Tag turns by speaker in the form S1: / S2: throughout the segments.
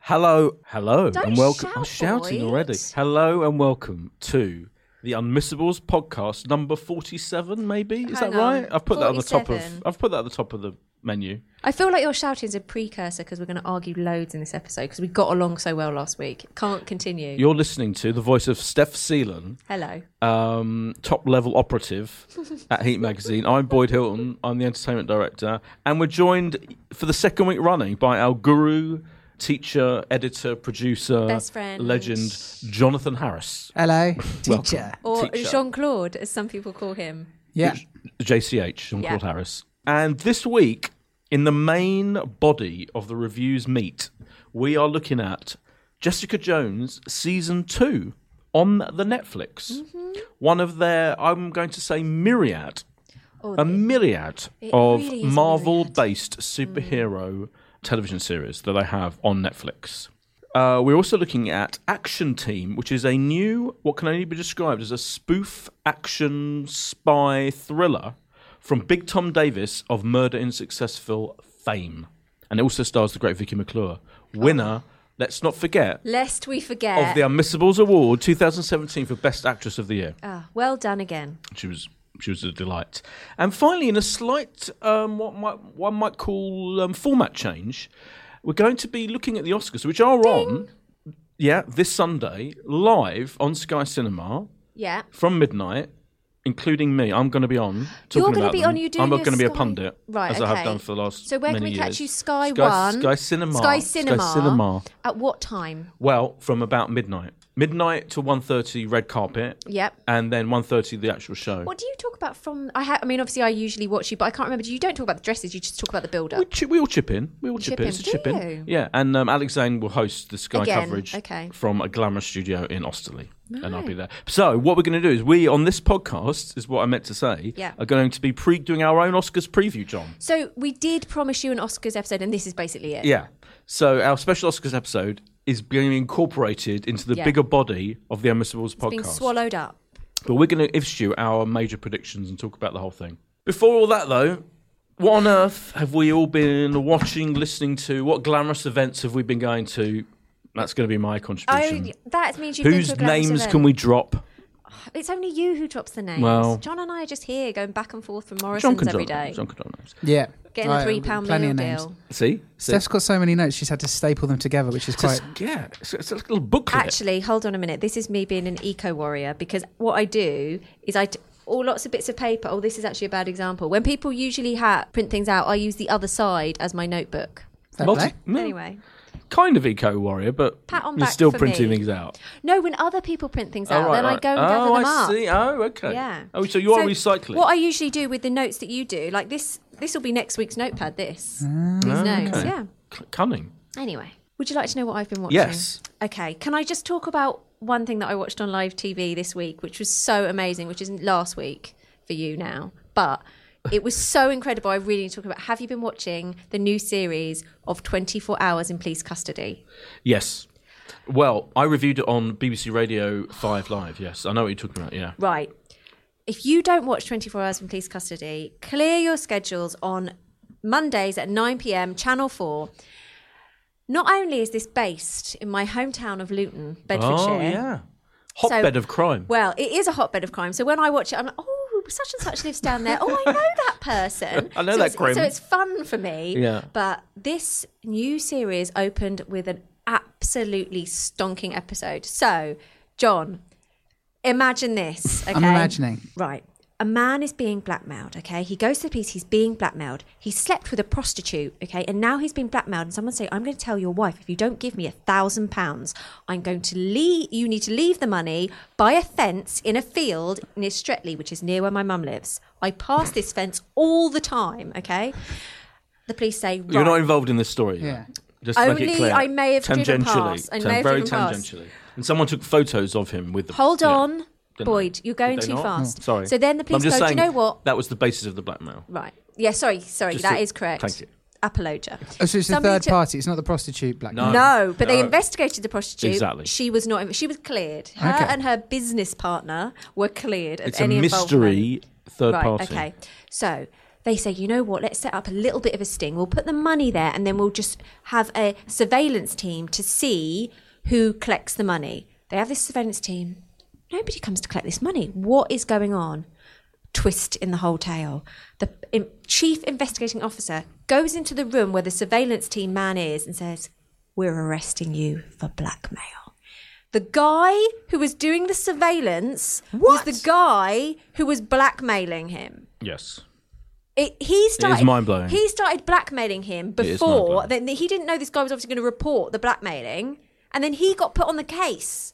S1: Hello, hello,
S2: Don't
S1: and welcome.
S2: shout,
S1: I'm shouting
S2: boys.
S1: already. Hello and welcome to the Unmissables podcast number 47. Maybe is
S2: Hang
S1: that right?
S2: on,
S1: I've put that on the top of.
S2: 47.
S1: I've put that at the top of the menu.
S2: I feel like your shouting is a precursor because we're going to argue loads in this episode because we got along so well last week. Can't continue.
S1: You're listening to the voice of Steph Seelan,
S2: Hello.
S1: um, top level operative at Heat Magazine. I'm Boyd Hilton. I'm the entertainment director, and we're joined for the second week running by our guru, teacher, editor, producer,
S2: Best friend.
S1: legend, Jonathan Harris.
S3: Hello, teacher.
S2: Or
S1: Teacher.
S2: Jean Claude, as some people call him.
S3: Yeah.
S1: JCH, Jean Claude
S2: Yeah.
S1: Harris. And this week, in the main body of the reviews meet, we are looking at Jessica Jones season two on the Netflix. One of their, I'm going to say, myriad,
S2: Oh,
S1: a myriad
S2: It
S1: of
S2: really is a Mm.
S1: Marvel based superhero television series that I have on Netflix. Uh, we're also looking at Action Team, which is a new, what can only be described as a spoof action spy thriller from Big Tom Davis of Murder in Successful fame. And it also stars the great Vicky McClure, winner, let's not forget,
S2: Lest we forget.
S1: of the Unmissables Award 2017 for Best Actress of the Year.
S2: Ah, well done again.
S1: She was she was a delight. And finally, in a slight um, what might, one might call um, format change, we're going to be looking at the Oscars, which are on yeah this Sunday live on Sky Cinema
S2: Yeah.
S1: from midnight. Including me, I'm going to be on. Talking
S2: You're
S1: going
S2: gonna
S1: to
S2: be on, you doing
S1: I'm not
S2: your
S1: gonna be a
S2: Sky-
S1: pundit,
S2: Right,
S1: as I have
S2: okay.
S1: done for the last.
S2: So where can
S1: many
S2: we catch
S1: years.
S2: you? Sky,
S1: Sky,
S2: One.
S1: Sky Cinema,
S2: Sky Cinema.
S1: Sky Cinema.
S2: At what time?
S1: Well, from about midnight, midnight to 1.30 red carpet,
S2: Yep.
S1: and then 1.30 the actual show.
S2: What do you talk about from? I, ha- I mean, obviously, I usually watch you, but I can't remember. You don't talk about the dresses. You just talk about the build-up.
S1: We, chip, we all chip in. We all chip,
S2: Chip
S1: in.
S2: in,
S1: It's a
S2: do
S1: chip
S2: you?
S1: in. Yeah, and um, Alex Zane will host the Sky
S2: Again,
S1: coverage
S2: okay.
S1: from a glamorous studio in Austerley. And I'll be there. So, what we're going to do is, we on this podcast, is what I meant to say,
S2: Yeah.
S1: are going to be pre doing our own Oscars preview, John.
S2: so we did promise you an Oscars episode, and this is basically it.
S1: Yeah. So, our special Oscars episode is being incorporated into the
S2: Yeah.
S1: bigger body of the Unmissables podcast.
S2: Being swallowed up.
S1: But we're going to issue our major predictions and talk about the whole thing. Before all that, though, what on earth have we all been watching, listening to? What glamorous events have we been going to? That's going to be my contribution.
S2: Oh, that means you've
S1: Whose
S2: been to a glamorous
S1: names
S2: event.
S1: can we drop?
S2: It's only you who drops the names.
S1: Well-
S2: John and I are just here going back and forth from
S1: John
S2: Morrison's
S1: can
S2: every
S1: drop.
S2: day,
S1: John can drop names.
S3: Yeah.
S2: getting
S3: Right,
S2: a three pound
S3: plenty
S2: meal
S3: of names.
S2: deal.
S1: See, See?
S3: Steph's got so many notes, she's had to staple them together, which is quite.
S1: It's- yeah, it's, it's a little booklet.
S2: Actually, hold on a minute. This is me being an eco warrior because what I do is I. T- all lots of bits of paper. Oh, this is actually a bad example. When people usually ha- print things out, I use the other side as my notebook.
S3: fair
S1: Multi-
S3: play.
S1: no,
S2: Anyway,
S1: kind of eco warrior, but
S2: Pat on
S1: you're
S2: back
S1: still
S2: for
S1: printing
S2: me.
S1: things out.
S2: no, when other people print things out,
S1: oh, right,
S2: then I
S1: right.
S2: go and
S1: oh,
S2: gather them
S1: I
S2: up.
S1: see. Oh, okay.
S2: Yeah.
S1: Oh, so you are recycling.
S2: What I usually do with the notes that you do, like this, this will be next week's notepad. This, these notes,
S1: Oh, Ah, okay.
S2: yeah.
S1: C- Cunning.
S2: Anyway, would you like to know what I've been watching?
S1: Yes.
S2: Okay. Can I just talk about one thing that I watched on live TV this week, which was so amazing, which isn't last week for you now, but it was so incredible. I really need to talk about. Have you been watching the new series of 24 Hours in Police Custody?
S1: Yes. Well, I reviewed it on BBC Radio 5 Live, yes. I know what you're talking about, yeah.
S2: Right. If you don't watch 24 Hours in Police Custody, clear your schedules on Mondays at 9 pm, Channel 4. Not only is this based in my hometown of Luton, Bedfordshire.
S1: Oh, yeah. Hotbed
S2: So-
S1: of crime.
S2: Well, it is a hotbed of crime. So when I watch it, I'm like, oh, such and such lives down there. Oh, I know that person.
S1: I know
S2: so
S1: that
S2: it's,
S1: grim.
S2: So it's fun for me.
S1: Yeah.
S2: But this new series opened with an absolutely stonking episode. So, John, imagine this. Okay?
S3: I'm imagining.
S2: Right. A man is being blackmailed, okay? He goes to the police, he's being blackmailed. He slept with a prostitute, okay? And now he's been blackmailed and someone say, I'm gonna tell your wife, if you don't give me a thousand pounds, I'm going to leave you need to leave the money by a fence in a field near Stretley, which is near where my mum lives. I pass this fence all the time, okay? The police say right,
S1: you're not involved in this story. though.
S3: Yeah.
S1: Just make it
S2: Only
S1: clear.
S2: I may have driven
S1: tangentially,
S2: past. I may have
S1: very
S2: driven past.
S1: tangentially. And someone took photos of him with the.
S2: Hold
S1: yeah.
S2: on,
S1: Didn't
S2: Boyd, you're going
S1: Did they
S2: too
S1: not? Oh,
S2: fast.
S1: Sorry.
S2: So then the
S1: But I'm
S2: police
S1: just
S2: go, Do you
S1: saying
S2: know what?
S1: That was the basis of the blackmail.
S2: Right. Yeah, sorry, sorry,
S1: Just
S2: that
S1: to-
S2: is correct.
S1: Thank you.
S2: Apologia.
S3: Oh, so it's the
S2: Somebody
S3: third
S2: took-
S3: party, it's not the prostitute black
S1: No.
S3: man.
S2: No, but they
S1: No.
S2: investigated the prostitute.
S1: Uh, Exactly.
S2: She was not. She was cleared. Her
S3: Okay.
S2: and her business partner were cleared of
S1: It's a
S2: any involvement.
S1: mystery third
S2: right.
S1: party.
S2: Okay. So They say, you know what, let's set up a little bit of a sting. We'll put the money there and then we'll just have a surveillance team to see who collects the money. They have this surveillance team. Nobody comes to collect this money. What is going on? twist in the whole tale. The in, chief investigating officer goes into the room where the surveillance team man is and says, We're arresting you for blackmail. The guy who was doing the surveillance
S3: What?
S2: was the guy who was blackmailing him.
S1: Yes.
S2: It, he started.
S1: mind-blowing.
S2: He started blackmailing him
S1: is
S2: before.
S1: mind-blowing.
S2: Then he didn't know this guy was obviously going to report the blackmailing, and then he got put on the case.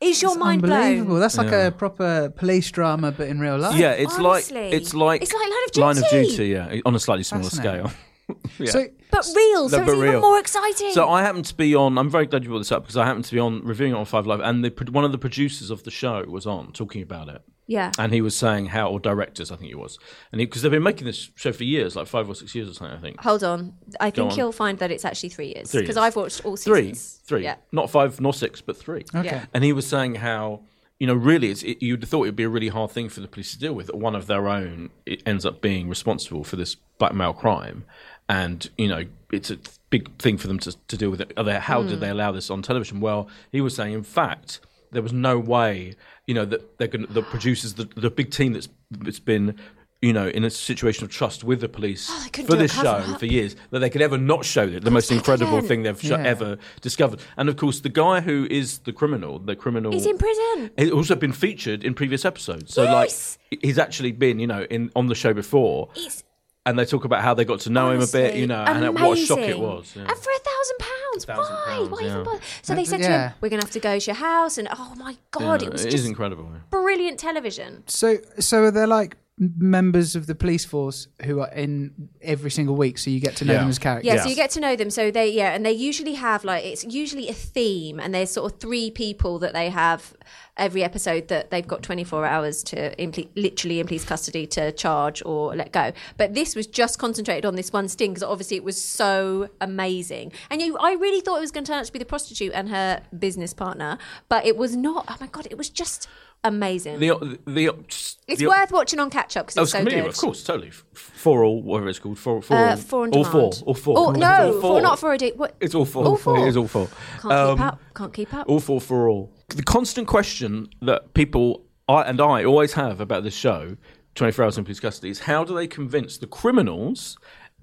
S2: Is your
S3: It's
S2: mind
S3: unbelievable.
S2: blown?
S3: That's like a proper police drama, but in real life.
S1: Yeah, it's
S2: Oh, honestly.
S1: like it's like
S2: It's like Line of Duty.
S1: Duty, yeah, on a slightly smaller
S3: Fascinating.
S1: scale. yeah.
S3: So
S2: But real, so
S1: No,
S2: it's
S1: but
S2: even
S1: real.
S2: more exciting.
S1: So I happened to be on. I'm very glad you brought this up because I happened to be on reviewing it on Five Live, and the, pro- one of the producers of the show was on talking about it.
S2: yeah.
S1: And he was saying how, or directors, I think he was, and because they've been making this show for years, like five or six years or something, I think.
S2: Hold on. I think
S1: on.
S2: you'll find that it's actually three years
S1: Three
S2: because
S1: years.
S2: I've watched all
S1: Three,
S2: seasons.
S1: three,
S2: Yeah.
S1: not five nor six, but three.
S3: Okay.
S1: And he was saying how, you know, really, it's, it, you'd have thought it'd be a really hard thing for the police to deal with. That one of their own it ends up being responsible for this blackmail crime, and you know, it's a big thing for them to, to deal with. It. Are they, how
S2: Hmm.
S1: did they allow this on television? Well, he was saying, in fact, there was no way, you know, that they're going to the producers, the, the big team that's that's been. You know, in a situation of trust with the police
S2: Oh, they couldn't
S1: for
S2: do a
S1: this show
S2: cover-up.
S1: for years, that they could ever not show it. The most
S2: back
S1: incredible
S2: again.
S1: thing they've sho-
S3: Yeah.
S1: ever discovered. And of course, the guy who is the criminal, the criminal,
S2: He's in prison.
S1: He's also been featured in previous episodes. So
S2: Yes!
S1: like, he's actually been, you know, in on the show before.
S2: It's
S1: and they talk about how they got to know
S2: honestly
S1: him a bit, you know, and what a shock it
S2: amazing.
S1: was. yeah.
S2: And for a thousand pounds,
S1: Thousand
S2: why?
S1: pounds,
S2: why
S1: yeah.
S2: even bother? So they
S3: That's-
S2: said to
S3: yeah.
S2: him, "We're going to have to go to your house," and oh my god,
S1: Yeah,
S2: it was
S1: it
S2: just
S1: is incredible. yeah.
S2: brilliant television.
S3: So, so are there like members of the police force who are in every single week? So you get to know
S1: Yeah.
S3: them as characters.
S2: Yeah,
S1: Yeah.
S2: so you get to know them. So they, yeah, and they usually have like it's usually a theme, and there's sort of three people that they have every episode that they've got 24 hours to imple- literally in police custody to charge or let go. But this was just concentrated on this one sting because obviously it was so amazing, and you, I really thought it was going to turn out to be the prostitute and her business partner, but it was not. Oh my god, it was just amazing.
S1: The the, just-
S2: it's
S1: the-
S2: worth watching on catch up because
S1: Oh,
S2: it's
S1: it's
S2: so
S1: completely,
S2: good.
S1: of course, totally. F- For all, whatever it's called, for, for
S2: Uh,
S1: all,
S2: four on
S1: all
S2: demand.
S1: four, all four,
S2: Oh, no,
S1: All
S2: four, not four a day. What?
S1: It's all four.
S2: All four.
S1: It is all four.
S2: Can't
S1: Um,
S2: keep up. Can't keep up.
S1: All four for all. The constant question that people I and I always have about this show, 24 Hours in Police Custody, is how do they convince the criminals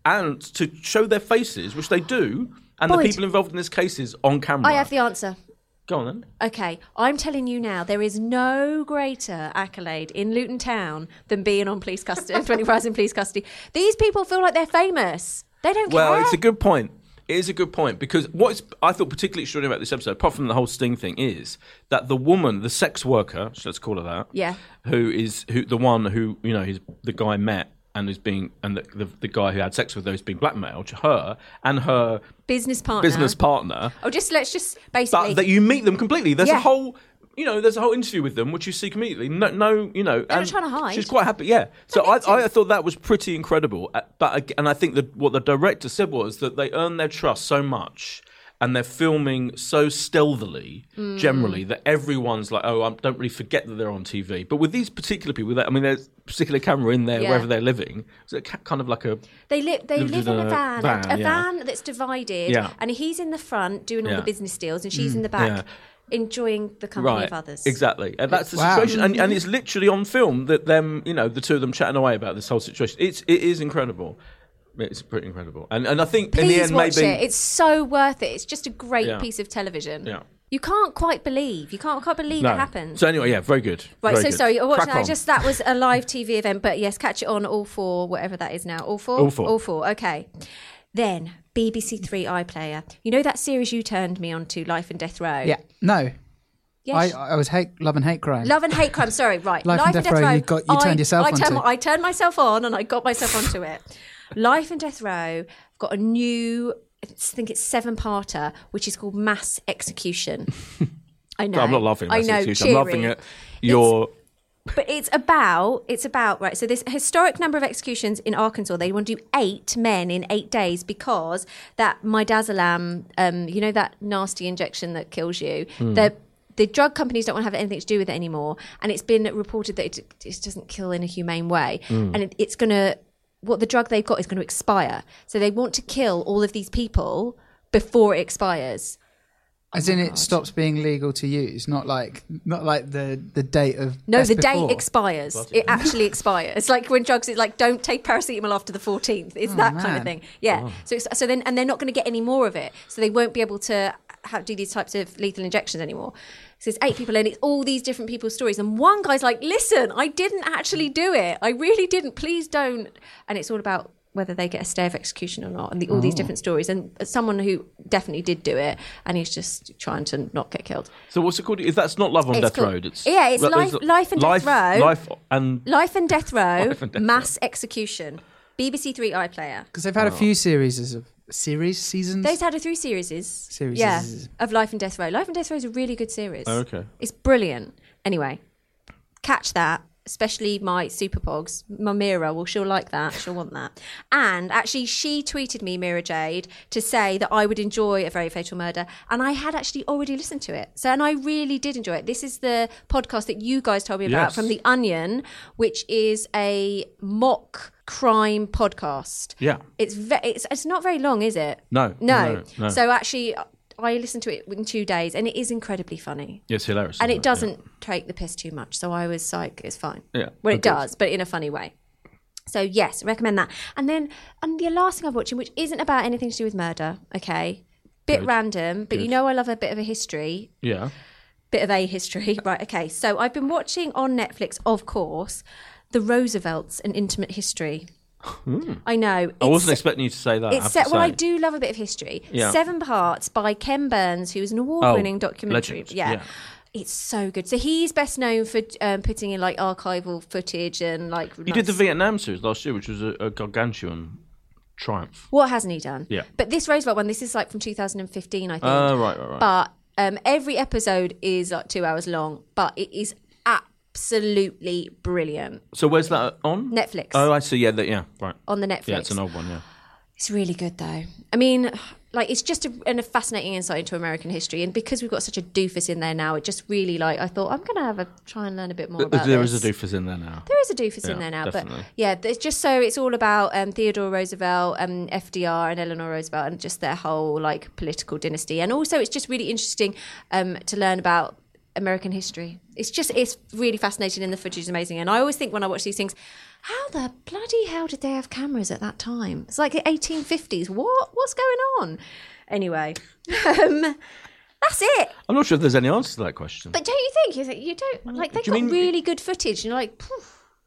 S1: and to show their faces, which they do, and
S2: Boyd.
S1: the people involved in this case is on camera?
S2: I have the answer.
S1: Go on then.
S2: Okay, I'm telling you now, there is no greater accolade in Luton Town than being on police custody, 24 hours in police custody. These people feel like they're famous. They don't
S1: Well,
S2: care.
S1: it's a good point. It is a good point because what is, I thought particularly extraordinary about this episode, apart from the whole sting thing, is that the woman, the sex worker, so let's call her that,
S2: Yeah.
S1: who is who the one who you know his the guy met and is being and the, the, the guy who had sex with her is being blackmailed, her and her
S2: business partner.
S1: business partner,
S2: Oh, just let's just
S1: but
S2: basically.
S1: that you meet them completely. There's
S2: Yeah.
S1: a whole. You know, there's a whole interview with them, which you see completely. No, no, you know,
S2: not
S1: and
S2: trying to hide.
S1: She's quite happy, yeah. So I, I thought that was pretty incredible. Uh, But ag- and I think that what the director said was that they earn their trust so much, and they're filming so stealthily,
S2: Mm.
S1: generally, that everyone's like, oh, I don't really forget that they're on TV. But with these particular people, that I mean, there's a particular camera in there
S2: Yeah.
S1: wherever they're living. So it's kind of like a
S2: They live. They
S1: Lived
S2: live
S1: in
S2: in a
S1: a
S2: van,
S1: van,
S2: a
S1: yeah.
S2: van that's divided,
S1: Yeah.
S2: and he's in the front doing all
S1: Yeah.
S2: the business deals, and she's in the back enjoying the company of others.
S1: Exactly. And that's the
S3: Wow.
S1: situation. And,
S2: Mm-hmm.
S1: and it's literally on film that them, you know, the two of them chatting away about this whole situation. It's it is incredible. It's pretty incredible. And and I think in the
S2: Please
S1: end
S2: watch
S1: maybe
S2: it. It's so worth it. It's just a great
S1: Yeah.
S2: piece of television.
S1: Yeah.
S2: You can't quite believe. You can't quite believe
S1: no.
S2: it happened.
S1: So anyway, yeah, very good.
S2: Right,
S1: very
S2: so
S1: good.
S2: sorry, watch
S1: Crack
S2: that. I
S1: on.
S2: Just that was a live TV event, but yes, catch it on all four, whatever that is now. All four,
S1: All four.
S2: all four. Okay, then BBC Three iPlayer. You know that series you turned me on to, Life and Death Row.
S3: Yeah. No, I,
S2: yes.
S3: I was hate, love and hate crime.
S2: Love and hate crime. Sorry, right.
S3: Life and Death Row, you got- you turned yourself
S2: I turned,
S3: onto.
S2: I turned myself on, and I got myself onto it. Life and Death Row got a new. I think it's seven parter, which is called Mass Execution. I know.
S1: I'm not laughing.
S2: I
S1: That's
S2: know.
S1: excuse. I'm laughing
S2: cheery.
S1: at your
S2: But it's about it's about right. So this historic number of executions in Arkansas, they want to do eight men in eight days because that midazolam, um, you know that nasty injection that kills you. The the drug companies don't want to have anything to do with it anymore, and it's been reported that it, it doesn't kill in a humane way, and it, it's going to what the drug they've got is going to expire. So they want to kill all of these people before it expires.
S3: As in, it stops being legal to use, not like not like the the date of
S2: No,
S3: best
S2: the
S3: before.
S2: date expires. It actually expires. Like when drugs, it's like don't take paracetamol after the fourteenth. It's that kind of
S3: man.
S2: thing. Yeah. So it's, so then, and they're not going to get any more of it. So they won't be able to ha do these types of lethal injections anymore. So it's eight people, and it's all these different people's stories. And one guy's like, "Listen, I didn't actually do it. I really didn't. Please don't." And it's all about whether they get a stay of execution or not, and the, all these different stories. And someone who definitely did do it, and he's just trying to not get killed.
S1: So what's it called? Is that's not Love on
S2: It's
S1: Death
S2: called-
S1: Road? It's
S2: Yeah, it's
S1: that-
S2: Life-
S1: there's a-
S2: Life and Death Row.
S1: Life and
S2: Life and Death Row,
S1: Life and Death
S2: mass execution. BBC Three iPlayer.
S3: because they've had a few series of series seasons.
S2: Those had a three series. Series.
S3: Series.
S2: Yeah, of Life and Death Row. Life and Death Row is a really good series.
S1: Oh, okay.
S2: It's brilliant. Anyway, catch that. Especially my super pogs, my Mira. Well, she'll like that. She'll want that. And actually, she tweeted me, Mira Jade, to say that I would enjoy a very fatal murder, and I had actually already listened to it. So, and I really did enjoy it. This is the podcast that you guys told me about
S1: Yes.
S2: from the Onion, which is a mock crime podcast.
S1: yeah.
S2: It's ve- it's it's not very long, is it?
S1: No,
S2: no.
S1: no, no.
S2: So actually, I listened to it in two days, and it is incredibly funny,
S1: Yeah, It's hilarious.
S2: and
S1: isn't
S2: it doesn't take the piss too much. So I was like, it's fine.
S1: Yeah,
S2: Well, it
S1: agreed.
S2: does, but in a funny way. So yes, recommend that. And then, and the last thing I'm watching, which isn't about anything to do with murder, okay, bit
S1: Good.
S2: random, but you
S1: Good.
S2: know I love a bit of a history
S1: Yeah. yeah.
S2: bit of a history. Right, okay. So I've been watching on Netflix, of course, The Roosevelts, an intimate history. I know.
S1: Hmm. I wasn't
S2: it's,
S1: expecting you to say that. I
S2: it's
S1: have
S2: set,
S1: to
S2: well, I
S1: say.
S2: do love a bit of history.
S1: Yeah. Oh,
S2: Seven parts by Ken Burns, who is an award-winning documentary.
S1: legend,
S2: Yeah.
S1: yeah.
S2: It's so good. So he's best known for um, putting in like archival footage and like.
S1: You did the Vietnam series last year, which was a, a gargantuan triumph.
S2: What hasn't he done?
S1: Yeah.
S2: But this Roosevelt one, this is like from 2015, I think.
S1: Uh, right, right, right.
S2: but um, every episode is like two hours long, but it is absolutely brilliant.
S1: so where's that on?
S2: Netflix
S1: Oh, I see. Yeah, that, yeah, right.
S2: on the Netflix.
S1: Yeah, it's an old one. Yeah.
S2: It's really good though. I mean, like it's just a, and a fascinating insight into American history, and because we've got such a doofus in there now, it just really like I thought I'm gonna have a try and learn a bit more about.
S1: There
S2: this.
S1: is a doofus in there now.
S2: There is a doofus in
S1: Yeah,
S2: there now,
S1: definitely.
S2: but yeah, there's just so it's all about um, Theodore Roosevelt, um, FDR, and Eleanor Roosevelt, and just their whole like political dynasty. And also, it's just really interesting um, to learn about American history. It's just it's really fascinating, and the footage is amazing. And I always think when I watch these things, how the bloody hell did they have cameras at that time? It's like the 1850s. What? What's going on? Anyway, um, that's it.
S1: I'm not sure if there's any answer to that question.
S2: But don't you think you think- you don't like they
S1: Do
S2: got
S1: you mean-
S2: really good footage? And you're like, "Phew,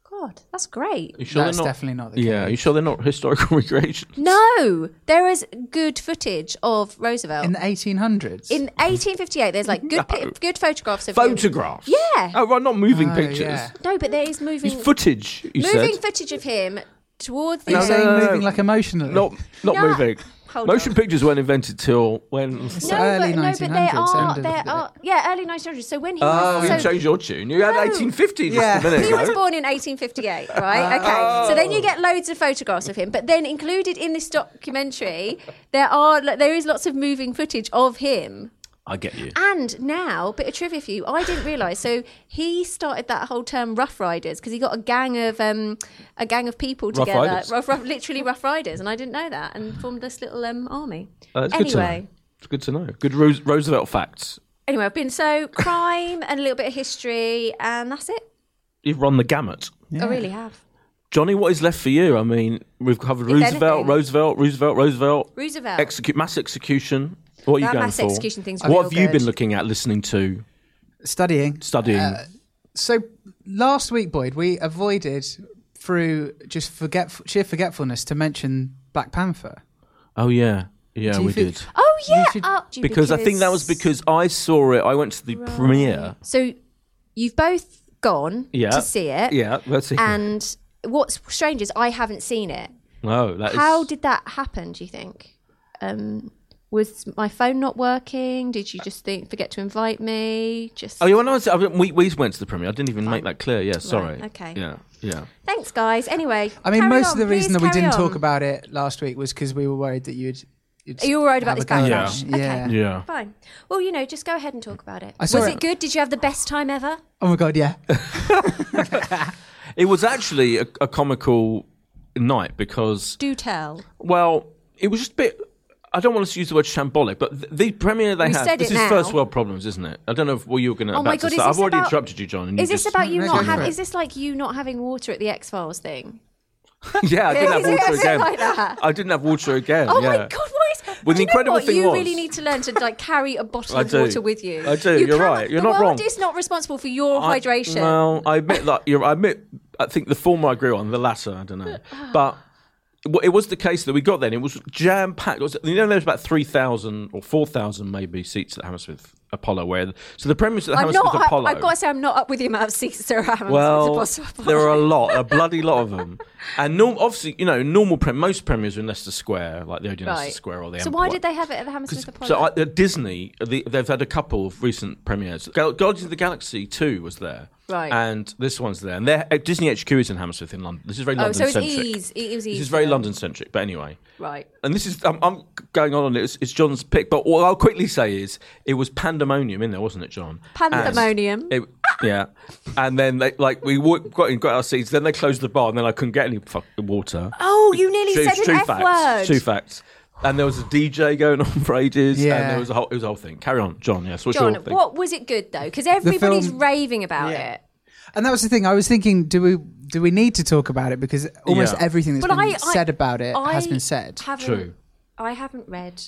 S2: God, that's great.
S1: you sure
S3: That's
S1: they're not?
S3: definitely not the case.
S1: Yeah, you sure they're not historical recreations?
S2: No, there is good footage of Roosevelt
S3: In
S2: in,
S3: the 1800s.
S2: 1858. There's like good pi- good photographs of him.
S1: Photographs.
S2: Yeah.
S1: Oh, right, not moving pictures.
S3: yeah.
S2: No, but there is moving
S1: Footage. You
S2: moving
S1: said.
S2: footage of him towards the
S3: You're
S1: No, uh,
S3: saying
S1: no, no,
S3: moving
S1: no.
S3: like emotionally.
S1: Not not
S2: No.
S1: moving.
S2: Hold
S1: Motion
S2: on.
S1: pictures weren't invented till when?
S2: no,
S3: early
S2: but, no, but there
S3: 1900s, end
S2: are
S3: of the
S2: there
S3: day.
S2: are yeah early 1900s. So when he
S1: Oh,
S2: was
S1: you
S2: so,
S1: changed your tune. You had
S2: No.
S1: 1850 just
S3: Yeah.
S1: a minute
S2: He was
S1: ago.
S2: born in 1858,
S1: Oh.
S2: right? Okay. So then you get loads of photographs of him, but then included in this documentary, there are like, there is lots of moving footage of him.
S1: I get you.
S2: And now, bit of trivia for you, I didn't realise. So he started that whole term Rough Riders because he got a gang of um, a gang of people
S1: Rough
S2: together,
S1: Riders.
S2: rough, rough, literally Rough Riders, and I didn't know that, and formed this little um, army.
S1: Uh, it's good to know.
S2: anyway,
S1: It's good to know. Good Rose- Roosevelt facts.
S2: anyway, I've been so crime and a little bit of history, and that's it.
S1: You've run the gamut.
S2: I really have.
S1: Johnny, what is left for you? I mean, we've covered Roosevelt,
S2: anything.
S1: Roosevelt, Roosevelt, Roosevelt,
S2: Roosevelt.
S1: execute mass execution. What are you
S2: That
S1: going
S2: mass
S1: for?
S2: execution thing's
S1: what
S2: real
S1: have you
S2: good.
S1: been looking at, listening to,
S3: Studying.
S1: studying?
S2: Uh,
S3: So last week, Boyd, we avoided through just forgetful, sheer forgetfulness to mention Black Panther.
S1: oh yeah, yeah,
S3: you
S1: we
S3: think-
S1: did.
S2: Oh yeah,
S3: should-
S2: oh, do you-
S1: Because I think that was because I saw it. I went to the premiere.
S2: So you've both gone
S1: Yeah.
S2: to see it,
S1: Yeah, that's it.
S2: and what's strange is I haven't seen it.
S1: no, Oh, that is.
S2: How did that happen? Do you think? Um, was my phone not working? Did you just think forget to invite me? Just
S1: Oh, yeah, when I was, I, we, we went to the premiere. I didn't even make that clear. Yeah, sorry.
S2: okay.
S1: Yeah, yeah.
S2: thanks, guys. Anyway,
S3: I mean,
S2: carry
S3: most
S2: on,
S3: of the reason
S2: please
S3: that we
S2: carry
S3: didn't
S2: on.
S3: talk about it last week was because we were worried that you'd. you'd
S2: Are you all right about
S3: have
S2: this
S3: a go at
S2: backlash?
S3: it.
S2: Okay.
S3: Yeah.
S1: Yeah.
S2: Fine. Well, you know, just go ahead and talk about it.
S3: I
S2: Was
S3: saw
S2: it
S3: it.
S2: good? Did you have the best time ever?
S3: Oh my god, yeah.
S1: It was actually a, a comical night because
S2: Do tell.
S1: Well, it was just a bit. I don't want to use the word shambolic, but th- the premiere they
S2: We
S1: had.
S2: said
S1: this
S2: it
S1: is
S2: now.
S1: first world problems, isn't it? I don't know if well you were going to.
S2: Oh my God,
S1: to
S2: is
S1: start. I've
S2: this
S1: already
S2: about-
S1: interrupted you, John. And
S2: Is
S1: you
S2: this
S1: just,
S2: about you
S3: No,
S2: not
S3: go for
S2: having?
S3: it.
S2: Is this like you not having water at the X Files thing?
S1: yeah, I didn't have
S2: Is it-
S1: water
S2: is it
S1: again.
S2: like that?
S1: I didn't have water again.
S2: Oh
S1: yeah.
S2: my god! What is?
S1: Well, the
S2: do you know
S1: incredible
S2: what?
S1: thing
S2: you
S1: was-
S2: really need to learn to like carry a bottle
S1: I
S2: of
S1: do.
S2: water with you.
S1: I do,
S2: You
S1: you're
S2: cannot-
S1: right, you're
S2: the
S1: not
S2: world
S1: wrong.
S2: is not responsible for your
S1: I-
S2: hydration.
S1: Well, I admit that you're. I admit. I think the former I agree on, the latter I don't know. But w- it was the case that we got then. It was jam packed. You know, there was about three thousand or four thousand maybe seats at Hammersmith Apollo. Where so the premise of the
S2: I'm
S1: Hammersmith
S2: not.
S1: Apollo.
S2: I, have got to say, I'm not up with the amount of seats there are. I'm
S1: Well,
S2: supposed to-
S1: there are a lot, a bloody lot of them, and norm, obviously, you know, normal prem- most premieres are in Leicester Square, like the Odeon Leicester Square or the.
S2: so why
S1: Empire.
S2: did they have it at the Hammersmith Apollo?
S1: So I, uh, Disney, the, they've had a couple of recent premieres. Gal- Guardians of the Galaxy Two was there,
S2: Right.
S1: And this one's there, and they're- uh, Disney HQ is in Hammersmith in London. This is very
S2: oh,
S1: London
S2: so it's
S1: centric.
S2: ease. It, it was ease.
S1: This is very
S2: for them.
S1: London centric, but anyway.
S2: Right.
S1: And this is I'm, I'm going on on it. It's, it's John's pick, but what I'll quickly say is it was pandemonium in there, wasn't it, John? And
S2: Pandemonium.
S1: it- yeah, and then they, like we wa- got in, got our seats. Then they closed the bar, and then I couldn't get any fucking water.
S2: Oh, you nearly
S1: True-
S2: said an
S1: true
S2: F
S1: facts,
S2: word.
S1: True facts. And there was a DJ going on for ages,
S3: Yeah.
S1: and there was a whole, it was a whole thing. Carry on, John. Yes, what's
S2: John,
S1: your thing?
S2: what was it good though? Because everybody's
S3: film-
S2: raving about it.
S3: And that was the thing. I was thinking, do we do we need to talk about it because almost
S1: Yeah.
S3: everything that's
S2: But
S3: been
S2: I- I-
S3: said about it has
S2: I
S3: been said.
S2: haven't-
S1: True.
S2: I haven't read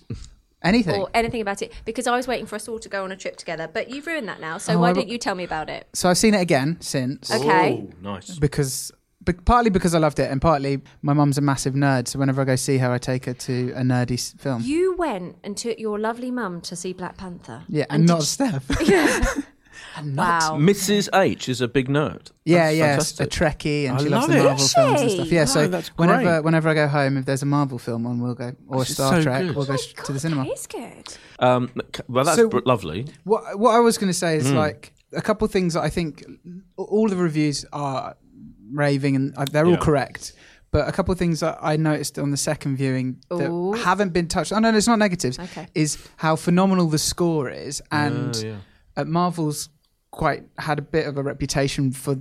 S3: Anything.
S2: or anything about it because I was waiting for us all to go on a trip together. But you've ruined that now. So
S3: Oh,
S2: why
S3: I-
S2: didn't you tell me about it?
S3: So I've seen it again since
S2: okay.
S1: Ooh, Oh, nice.
S3: because. be- Partly because I loved it, and partly my mum's a massive nerd. So whenever I go see her, I take her to a nerdy s- film.
S2: You went and took your lovely mum to see Black Panther.
S3: yeah, and not Steph.
S2: Wow.
S1: Mrs. H is a big nerd.
S3: Yeah,
S1: That's
S3: yeah,
S1: fantastic.
S3: a Trekkie, and
S1: I
S3: she
S1: love
S3: loves the
S1: it.
S3: Marvel
S2: Is
S3: films and
S2: she?
S3: stuff. Yeah, so
S1: Oh, that's
S3: whenever
S1: great.
S3: whenever I go home, if there's a Marvel film on, we'll go or
S1: This is
S3: Star
S1: so
S3: Trek,
S1: good.
S3: we'll
S2: Oh,
S3: go sh- to the cinema.
S2: It's good.
S1: Um, c- well, that's
S3: So-
S1: br- lovely.
S3: What what I was going to say is like a couple of things that I think all the reviews are raving and uh, they're
S1: Yeah.
S3: all correct. But a couple of things that I noticed on the second viewing that
S2: Ooh.
S3: haven't been touched. Oh no, no, it's not negatives.
S2: Okay.
S3: Is how phenomenal the score is, and
S1: yeah.
S3: uh, Marvel's quite had a bit of a reputation for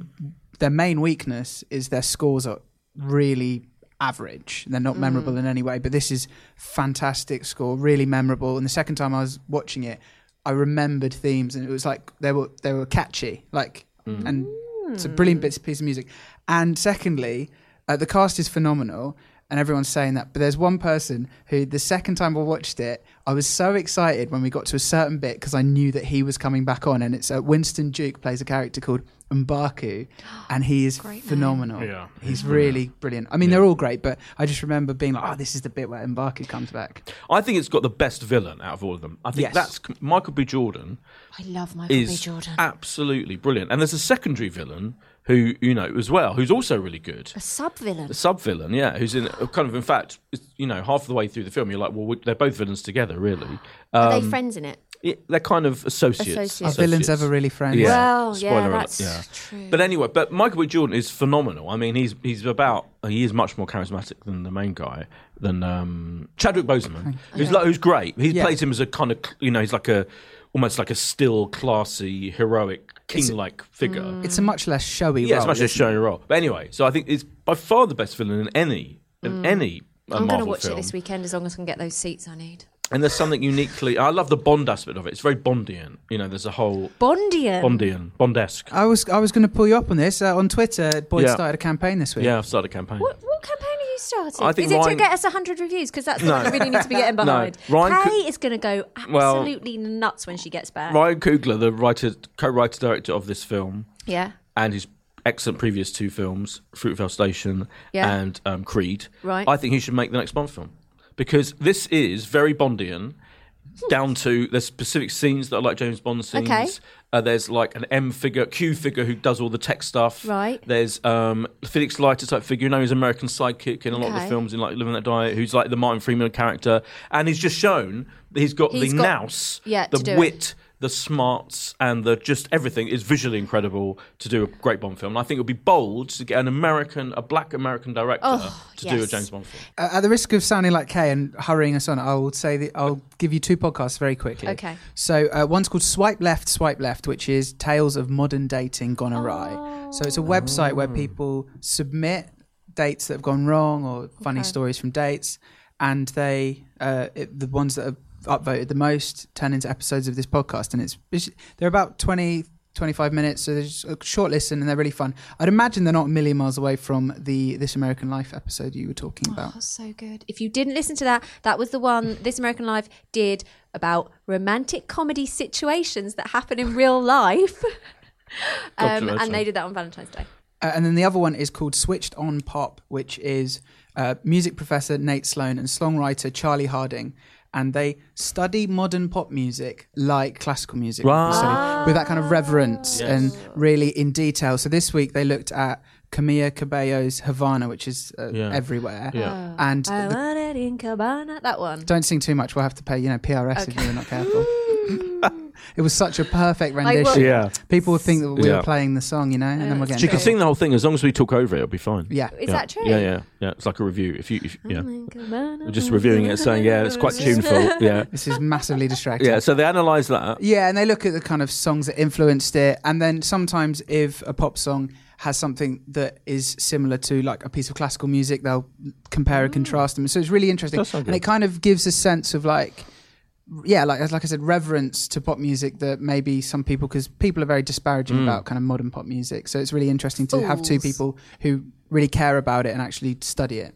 S3: their main weakness is their scores are really average. They're not memorable in any way, but this is fantastic score, really memorable. And the second time I was watching it, I remembered themes, and it was like they were they were catchy, like and it's a
S2: Hmm.
S3: brilliant bits piece of music. And secondly, uh, the cast is phenomenal. And everyone's saying that, but there's one person who, the second time I watched it, I was so excited when we got to a certain bit because I knew that he was coming back on. And it's uh, Winston Duke plays a character called Mbaku, and he is
S2: Great name.
S3: phenomenal.
S1: Yeah,
S3: he's really brilliant. I mean, they're all great, but I just remember being like, "Oh, this is the bit where Mbaku comes back."
S1: I think it's got the best villain out of all of them. I think
S3: Yes.
S1: that's Michael B. Jordan.
S2: I love Michael B.
S1: is
S2: Jordan.
S1: absolutely brilliant. And there's a secondary villain who you know as well, who's also really good.
S2: a sub villain.
S1: A sub villain, yeah, who's in kind of in fact, it's, you know, half the way through the film, you're like, well, we- they're both villains together, really. Um,
S2: Are they friends in it?
S1: Yeah, they're kind of associates.
S2: Associates. Are
S3: Are villains
S1: Associates.
S3: ever really friends?
S1: Yeah.
S2: Well, yeah,
S1: Spoiler alert,
S2: that's
S1: yeah.
S2: true.
S1: But anyway, but Michael B. Jordan is phenomenal. I mean, he's he's about he is much more charismatic than the main guy than um, Chadwick Boseman, who's like, who's great. He
S3: Yeah.
S1: plays him as a kind of you know he's like a almost like a still classy heroic king like figure.
S2: Mm.
S3: It's a much less showy
S1: yeah,
S3: role.
S1: it's much as showing a role. But anyway, so I think it's by far the best villain in any in any. uh,
S2: Mm. I'm going to
S1: Marvel
S2: watch
S1: film.
S2: it this weekend as long as I can get those seats I need.
S1: and there's something uniquely. I love the Bond aspect of it. It's very Bondian. You know, there's a whole
S2: Bondian.
S1: Bondian, Bondesque.
S2: Oh.
S3: I was I was going to pull you up on this uh, on Twitter. Boyd
S1: Yeah.
S3: started a campaign this week.
S1: Yeah, I've started a campaign.
S2: What, what campaign are you starting?
S1: I think
S2: is it to
S1: mine-
S2: get us 100 reviews? Because that's something we really need to be getting behind.
S1: Ryan
S2: Kay
S1: could-
S2: is going to go
S1: Well-
S2: absolutely nuts when she gets back.
S1: Ryan Coogler, the writer, co-writer director of this film,
S2: Yeah.
S1: and his excellent previous two films, Fruitvale Station
S2: Yeah.
S1: and um, Creed.
S2: Right.
S1: I think he should make the next Bond film because this is very Bondian. Down to there's specific scenes that are like James Bond scenes.
S2: Okay.
S1: Uh, there's like an M figure, Q figure who does all the tech stuff.
S2: Right.
S1: There's um, Felix Leiter type figure. You know, he's American sidekick in a lot of the
S2: Okay.
S1: films in like Living That Diet, who's like the Martin Freeman character, and he's just shown that he's got
S2: He's
S1: the
S2: got-
S1: nous,
S2: yeah, to do
S1: the
S2: it.
S1: wit, the smarts and the just everything is visually incredible to do a great Bond film. And I think it would be bold to get an American, a black American director
S2: Oh,
S1: to do a
S2: yes.
S1: James Bond film.
S3: Uh, at the risk of sounding like Kay and hurrying us on, I will say that I'll give you two podcasts very quickly.
S2: Okay.
S3: So uh, one's called Swipe Left, Swipe Left, which is tales of modern dating gone awry. So it's a website where people submit dates that have gone wrong or funny
S2: Okay.
S3: stories from dates, and they uh, it, the ones that are upvoted the most turn into episodes of this podcast, and it's, it's they're about 20, 25 minutes, so they're just a short listen and they're really fun. I'd imagine they're not a million miles away from the This American Life episode you were talking about.
S2: That's so good. If you didn't listen to that, that was the one This American Life did about romantic comedy situations that happen in real life.
S1: God,
S2: Um,
S1: that's
S2: and they
S1: right.
S2: did that on Valentine's Day.
S3: Uh, and then the other one is called Switched On Pop, which is uh, music professor Nate Sloan and songwriter Charlie Harding. And they study modern pop music like classical music, would be studied,
S2: Ah.
S3: with that kind of reverence and really in detail. So this week they looked at Camilla Cabello's Havana, which is uh,
S1: Yeah.
S3: everywhere.
S1: Yeah.
S3: And
S2: Ah. I
S3: the-
S2: want it in Cabana. That one.
S3: don't sing too much. We'll have to pay, you know, PRS if you're not careful.
S2: Mm.
S3: it was such a perfect
S2: well-
S3: rendition.
S1: Yeah.
S3: People would think that we
S1: Yeah.
S3: were playing the song, you know, and then we're getting
S1: She can
S3: trouble.
S1: sing the whole thing as long as we talk over it. It'll be fine.
S3: Yeah.
S2: Is
S1: yeah.
S2: that true?
S1: Yeah, yeah, yeah. It's like a review. If you, if, yeah,
S2: In Cabana.
S1: just reviewing it, saying yeah, it's quite tuneful. Yeah,
S3: This is massively distracting.
S1: yeah. So they analyze that.
S3: Yeah, and they look at the kind of songs that influenced it, and then sometimes if a pop song has something that is similar to like a piece of classical music, they'll compare
S2: Mm.
S3: and contrast them. So it's really interesting,
S1: That sounds
S3: and it
S1: good.
S3: kind of gives a sense of like, yeah, like like I said, reverence to pop music that maybe some people because people are very disparaging
S1: Mm.
S3: about kind of modern pop music. So it's really interesting to have two
S2: Fools.
S3: people who really care about it and actually study it.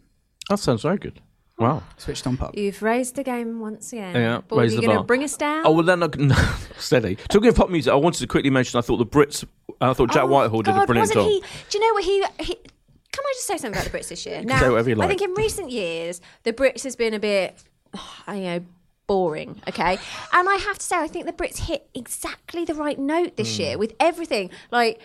S1: That sounds very good. Wow.
S3: Switched on pop.
S2: You've raised the game once again.
S1: Yeah,
S2: But are
S1: raised
S2: you
S1: the
S2: going to
S1: bar.
S2: bring us down?
S1: Oh well, then look, no, steady. Talking of pop music, I wanted to quickly mention. I thought the Brits. I thought Jack
S2: Oh,
S1: Whitehall did a
S2: God,
S1: brilliant
S2: wasn't
S1: job.
S2: He, do you know what he, he? Can I just say something about the Brits this year? now,
S1: say whatever you
S2: I think
S1: like.
S2: in recent years the Brits has been a bit, I know, boring. Okay, and I have to say I think the Brits hit exactly the right note
S1: Hmm.
S2: this year with everything. Like.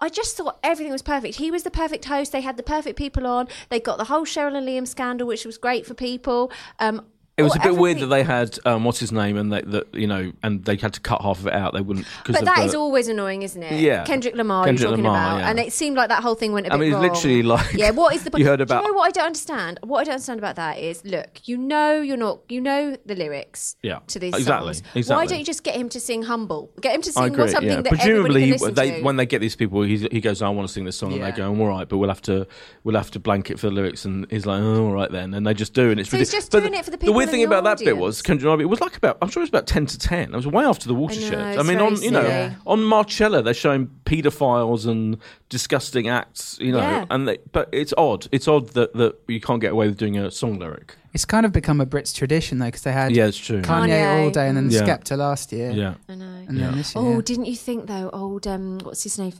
S2: I just thought everything was perfect. He was the perfect host. They had the perfect people on. They got the whole Cheryl and Liam scandal, which was great for people. Um,
S1: It was
S2: all-
S1: a bit weird
S2: everything-
S1: that they had um, what's his name and they, that you know and they had to cut half of it out. They wouldn't because
S2: But
S1: of
S2: that is
S1: the,
S2: always annoying, isn't it?
S1: Yeah.
S2: Kendrick Lamar,
S1: Kendrick
S2: you're talking
S1: Lamar,
S2: about,
S1: yeah.
S2: and it seemed like that whole thing went a
S1: I
S2: bit
S1: mean, it's
S2: wrong.
S1: literally like-
S2: yeah. What is the?
S1: you heard
S2: Do
S1: about-
S2: you know what I don't understand? What I don't understand about that is, look, you know, you're not, you know, the lyrics.
S1: Yeah.
S2: To these
S1: Exactly,
S2: songs. Why
S1: exactly.
S2: don't you just get him to sing humble? Get him to
S1: I
S2: sing
S1: agree.
S2: something
S1: Yeah.
S2: that everybody
S1: Presumably,
S2: can
S1: he,
S2: listen
S1: they,
S2: to.
S1: when they get these people, he's, he goes, "I want to sing this song," and
S3: Yeah.
S1: they go, "All right, but we'll have to we'll have to blanket for the lyrics." And he's like, oh, "All right then," and they just do, and it's
S2: So he's
S1: ridiculous.
S2: just
S1: But
S2: doing it for the
S1: The
S2: people
S1: weird
S2: in
S1: thing
S2: the
S1: about that bit
S2: audience.
S1: was, Kendrick Lamar, it was like about I'm sure it was about ten to ten. It was way after the watershed.
S2: know,
S1: I,
S2: it's
S1: mean,
S2: very
S1: on you know,
S2: silly.
S1: on Marcella, they're showing paedophiles and disgusting acts, you know,
S2: Yeah.
S1: and they, but it's odd. It's odd that that you can't get away with doing a song lyric.
S3: It's kind of become a Brits tradition though, because they had
S1: Yeah, it's true.
S3: Kanye,
S2: Kanye.
S3: all day and then
S1: Yeah.
S3: Skepta last year,
S1: Yeah.
S2: I know.
S3: and then this year.
S2: Oh, didn't you think though? Old um, what's his name?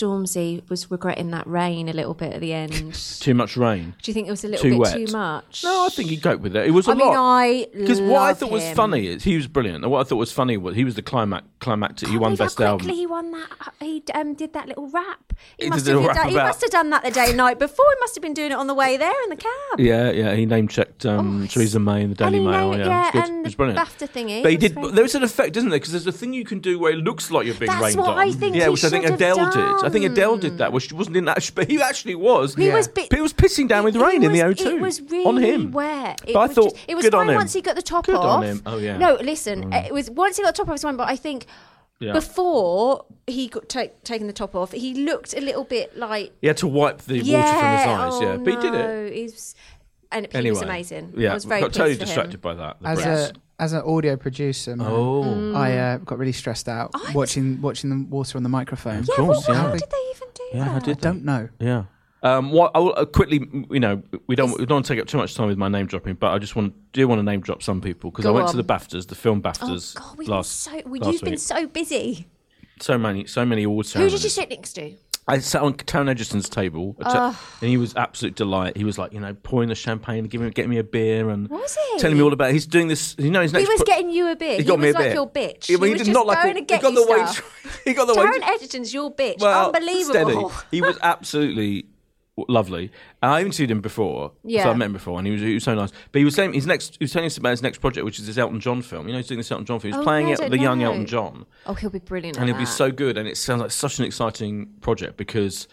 S2: Stormzy was regretting that rain a little bit at the end.
S1: Too much rain.
S2: Do you think it was a little
S1: Too
S2: bit
S1: wet.
S2: too much?
S1: No, I think he coped with it. It was a
S2: I mean,
S1: lot.
S2: I
S1: Because what I
S2: love
S1: thought was
S2: him.
S1: funny is he was brilliant, and what I thought was funny was he was the climax climactic. He
S2: Can't
S1: won
S2: believe how
S1: best album.
S2: quickly He won that. He um, did that little rap. He,
S1: He
S2: must
S1: did a
S2: have
S1: little
S2: done,
S1: rap
S2: he
S1: about-
S2: must have done that the day and night before. He must have been doing it on the way there in the cab.
S1: Yeah, yeah. He name checked um,
S2: Oh, it's-
S1: Theresa May and the Daily
S2: and he
S1: Mail.
S2: named-
S1: yeah,
S2: yeah,
S1: it was good.
S2: and
S1: It was
S2: the
S1: brilliant.
S2: BAFTA thingy.
S1: But he
S2: It
S1: did.
S2: was very
S1: There's an effect, isn't there? Because there's a thing you can do where it looks like you're being
S2: That's
S1: rained
S2: what
S1: on.
S2: I think
S1: yeah,
S2: he
S1: which I think
S2: should have
S1: Adele did. I think
S2: done.
S1: Adele did that, which wasn't in actually, but he actually was.
S2: He
S3: Yeah.
S2: was. Bit,
S1: But he was pissing down with
S2: it-
S1: rain
S2: it
S1: in the
S2: was-
S1: O2
S2: It was really
S1: on him.
S2: wet. It
S1: But I
S2: was
S1: thought,
S2: just- it was
S1: good on
S2: fine
S1: him.
S2: once he got the top
S1: Good
S2: off.
S1: on him. Oh, yeah.
S2: No, listen. It was once he got the top off. It's fine. But I think
S1: Yeah.
S2: before he got ta- taken the top off, he looked a little bit like
S1: He had to wipe the
S2: yeah.
S1: water from his eyes.
S2: oh,
S1: yeah, but he did it.
S2: no, He's and he
S1: Anyway,
S2: was amazing.
S1: Yeah,
S2: I was very
S1: got
S2: pleased
S1: totally
S2: for him.
S1: distracted by that. the
S3: as
S1: Brits.
S3: a as an audio producer, man,
S1: oh.
S2: Mm.
S3: I uh, got really stressed out watching watching the water on the microphone.
S1: Yeah, Of course,
S2: Well,
S1: yeah.
S2: How did they even do
S1: Yeah,
S2: that?
S1: how did
S3: I don't know.
S1: Yeah. Um, what I'll uh, quickly, you know, we don't we don't want to take up too much time with my name dropping, but I just want do want to name drop some people because I
S2: Go
S1: went to
S2: on.
S1: the BAFTAs, the film
S2: Oh
S1: BAFTAs
S2: God, we've
S1: last
S2: been so we,
S1: last
S2: you've been
S1: week. Um,
S2: so busy.
S1: so many so many awards.
S2: Who did you
S1: ceremonies.
S2: sit next to?
S1: I sat on Taron Egerton's table, a ta- and he was absolute delight. He was like, you know, pouring the champagne, giving getting me a beer, and
S2: Was
S1: telling
S2: he?
S1: me all about. He's doing this, you know, his
S2: He
S1: next.
S2: was
S1: pro-
S2: getting you a bit.
S1: He got
S2: was
S1: me a
S2: like
S1: beer.
S2: your bitch.
S1: Yeah, but he
S2: he, was
S1: did
S2: just
S1: not like
S2: going
S1: it.
S2: to get
S1: he got
S2: you
S1: the way.
S2: stuff.
S1: He got the way.
S2: Darren Edgerton's your bitch. Unbelievable.
S1: steady. He was absolutely w- lovely. And I haven't seen him before.
S2: Yeah.
S1: So I met him before and he was, he was so nice. But he was saying his next he was telling us about his next project, which is this Elton John film. You know, he's doing this Elton John film. He's
S2: Oh,
S1: playing
S2: no, I
S1: El-
S2: don't
S1: the young
S2: know.
S1: Elton John.
S2: Oh, he'll be brilliant.
S1: And
S2: at
S1: it'll be
S2: that.
S1: so good and it sounds like such an exciting project because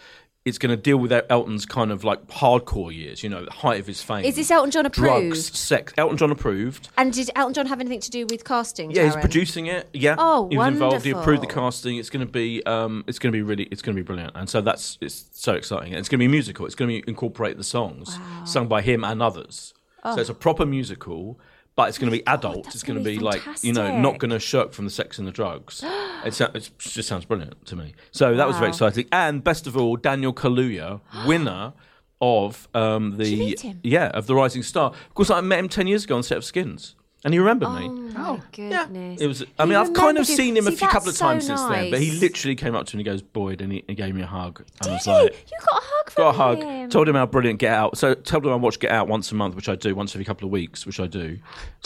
S1: it's going to deal with El- Elton's kind of like hardcore years, you know, the height of his fame.
S2: Is this Elton John
S1: Drugs,
S2: approved?
S1: sex. Elton John approved.
S2: And did Elton John have anything to do with casting?
S1: Yeah, he's
S2: Darren?
S1: producing it. Yeah,
S2: Oh,
S1: he was involved. He approved the
S2: wonderful.
S1: casting. It's going to be, um, it's going to be really, it's going to be brilliant. And so that's it's so exciting. And it's going to be a musical. It's going to be, incorporate the songs sung by him and others. So it's a proper musical, but it's going to be adult.
S2: Oh. that's
S1: it's going to
S2: gonna be
S1: be like you know,
S2: fantastic.
S1: not going to shirk from the sex and the drugs. it, so, it just sounds brilliant to me. So that was very exciting. And best of all, Daniel Kaluuya, winner. Of um, the
S2: meet him?
S1: yeah of the Rising Star. Of course, I met him ten years ago on set of Skins, and he remembered me.
S2: Oh,
S1: Yeah,
S2: goodness.
S1: it was. I
S2: He
S1: mean, I've kind of
S2: remembered you.
S1: seen him a
S2: See,
S1: few couple of
S2: that's
S1: times
S2: so
S1: since then, but he
S2: nice.
S1: literally came up to me and he goes, "Boyd," and he, he gave me a hug. And I was
S2: Did you?
S1: like,
S2: You got a hug from
S1: "Got a hug."
S2: him.
S1: Told him how brilliant Get Out. So told him I watch Get Out once a month, which I do, once every couple of weeks, which I do.
S2: Did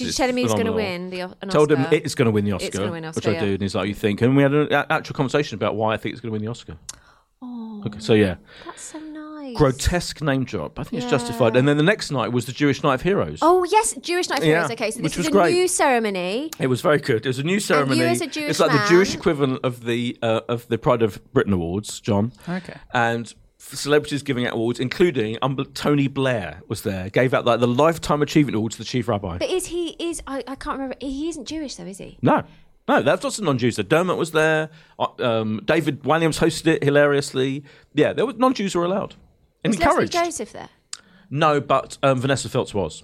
S2: you
S1: It's
S2: tell him he was going to
S1: phenomenal.
S2: win the o- an
S1: Told him
S2: Oscar?
S1: it's going to win the Oscar,
S2: gonna win an
S1: which
S2: Oscar,
S1: I
S2: yeah.
S1: do, and he's like, "You think?" And we had an a- actual conversation about why I think it's going to win the Oscar. Okay, so yeah,
S2: That's so nice.
S1: grotesque name drop. I think it's
S2: Yeah.
S1: justified. And then the next night was the Jewish Night of Heroes.
S2: Oh yes, Jewish Night of
S1: Yeah,
S2: Heroes. Okay, so
S1: which
S2: this
S1: was
S2: is a
S1: great.
S2: new ceremony.
S1: It was very good. It was a new ceremony.
S2: as a Jewish
S1: it's like
S2: man-
S1: the Jewish equivalent of the uh, of the Pride of Britain awards, John.
S3: Okay.
S1: And f- celebrities giving out awards, including um, Tony Blair was there. Gave out like the lifetime achievement award to the chief rabbi.
S2: But is he is I, I can't remember. He isn't Jewish though, is he?
S1: no, no, that's lots of non-Jews. there. Dermot was there. uh, Um, David Williams hosted it hilariously. Yeah, there was non-Jews were allowed and
S2: Is Leslie
S1: encouraged.
S2: Joseph there?
S1: No, but um, Vanessa Feltz was.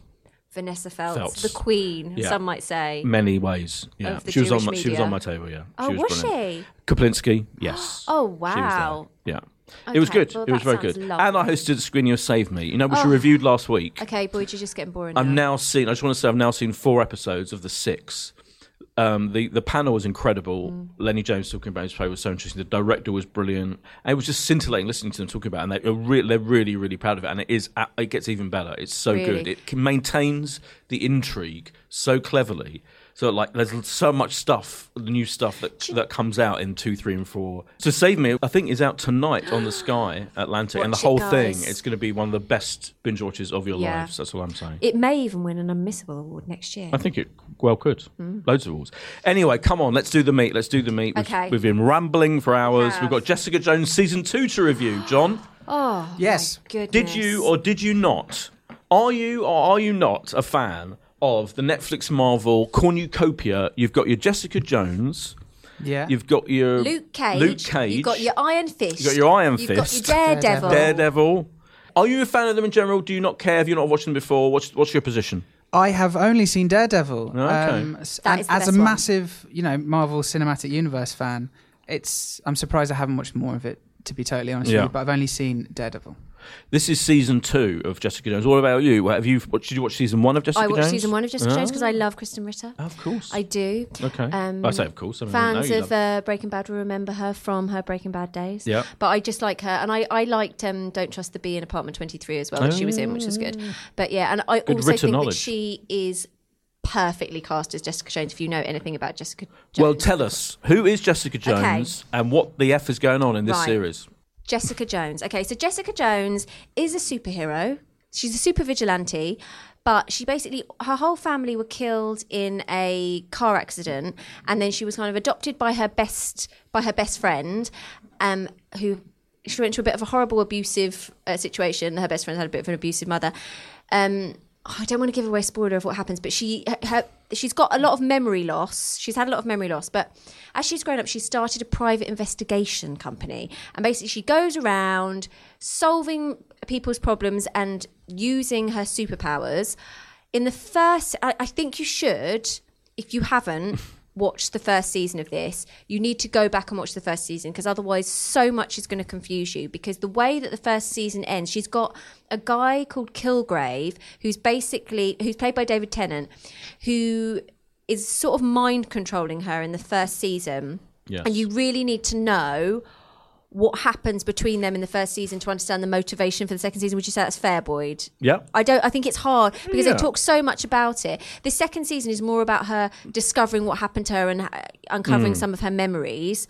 S2: Vanessa Feltz,
S1: Feltz.
S2: the Queen.
S1: Yeah.
S2: Some might say.
S1: Many ways, yeah.
S2: Of the
S1: she was on.
S2: Jewish
S1: My, she was
S2: media.
S1: on my table, yeah.
S2: Oh, was,
S1: brilliant.
S2: she?
S1: Kaplinsky, yes.
S2: Oh
S1: She was there.
S2: wow.
S1: Yeah. it was
S2: Okay,
S1: good.
S2: well,
S1: it was
S2: that
S1: very
S2: sounds
S1: good. And I
S2: lovely. Oh.
S1: hosted Screen You Save Me, you know, which we reviewed last week.
S2: Okay, Boyd, you're just getting boring.
S1: I've
S2: now.
S1: now seen, I just want to say, I've now seen four episodes of the six. Um, the, the panel was incredible.
S2: Mm.
S1: Lenny James talking about his play was so interesting. The director was brilliant. And it was just scintillating listening to them talking about it. And they, are re- they're really, really proud of it. And it is a- it gets even better. It's so
S2: Really?
S1: good. It can, maintains the intrigue so cleverly. So, like, there's so much stuff, new stuff that, that comes out in two, three, and four. So, Save Me, I think, is out tonight on the Sky Atlantic. and the
S2: Watch it,
S1: whole thing,
S2: guys.
S1: it's going to be one of the best binge watches of your
S2: Yeah.
S1: lives. That's all I'm saying.
S2: It may even win an unmissable award next year.
S1: I think it well could.
S2: Mm.
S1: Loads of awards. Anyway, come on, let's do the meat. Let's do the meat. We've,
S2: Okay.
S1: we've been rambling for hours. We've
S2: have.
S1: got Jessica Jones season two to review. John,
S2: Oh,
S3: Yes.
S2: my goodness.
S1: did you or did you not? Are you or are you not a fan of the Netflix Marvel cornucopia? You've got your Jessica Jones.
S3: Yeah.
S1: You've got your
S2: Luke Cage?
S1: Luke Cage.
S2: You've got your Iron Fist.
S1: You've got your Iron
S2: You've
S1: Fist.
S2: got your Daredevil.
S1: Daredevil. Are you a fan of them in general? Do you not care? Have you not watched them before? What's what's your position?
S3: I have only seen Daredevil. um,
S1: okay.
S3: s-
S2: That
S3: and
S2: is the
S3: as a
S2: best one.
S3: massive, you know, Marvel Cinematic Universe fan, it's I'm surprised I haven't watched more of it. To be totally honest
S1: Yeah.
S3: with you, but I've only seen Daredevil.
S1: This is season two of Jessica Jones. What about you? Have you? What, did you watch season one of Jessica
S2: I
S1: Jones?
S2: watched season one of Jessica Jones because I love Kristen Ritter.
S1: Of course.
S2: I do.
S1: Oh. okay.
S2: um,
S1: I say of course. I mean,
S2: Fans
S1: no, you
S2: of uh, Breaking Bad will remember her from her Breaking Bad days.
S1: Yeah.
S2: But I just like her, and I, I liked um, Don't Trust the Bee in Apartment 23 as well, that she was in, which was good. But yeah, and I also
S1: Oh. written
S2: think
S1: knowledge.
S2: that she is perfectly cast as Jessica Jones. If you know anything about Jessica Jones,
S1: well, tell us who is Jessica Jones and what the f is going on in this
S2: Right.
S1: series.
S2: Jessica Jones. Okay, so Jessica Jones is a superhero. She's a super vigilante, but she basically her whole family were killed in a car accident, and then she was kind of adopted by her best by her best friend, um, who she went to a bit of a horrible abusive uh, situation. Her best friend had a bit of an abusive mother. Um, oh, I don't want to give away a spoiler of what happens, but she her- her she's got a lot of memory loss. She's had a lot of memory loss, but as she's grown up, she started a private investigation company, and basically she goes around solving people's problems and using her superpowers. In the first, I, I think you should, if you haven't. Watch the first season of this. You need to go back and watch the first season because otherwise, so much is going to confuse you. Because the way that the first season ends, she's got a guy called Kilgrave, who's basically who's played by David Tennant, who is sort of mind controlling her in the first season.
S1: Yes.
S2: And you really need to know what happens between them in the first season to understand the motivation for the second season. Would you say that's fair, Boyd?
S1: Yeah.
S2: I don't. I think it's hard because
S1: Oh, Yeah.
S2: they talk so much about it. The second season is more about her discovering what happened to her and uh,
S1: Hmm.
S2: uncovering some of her memories.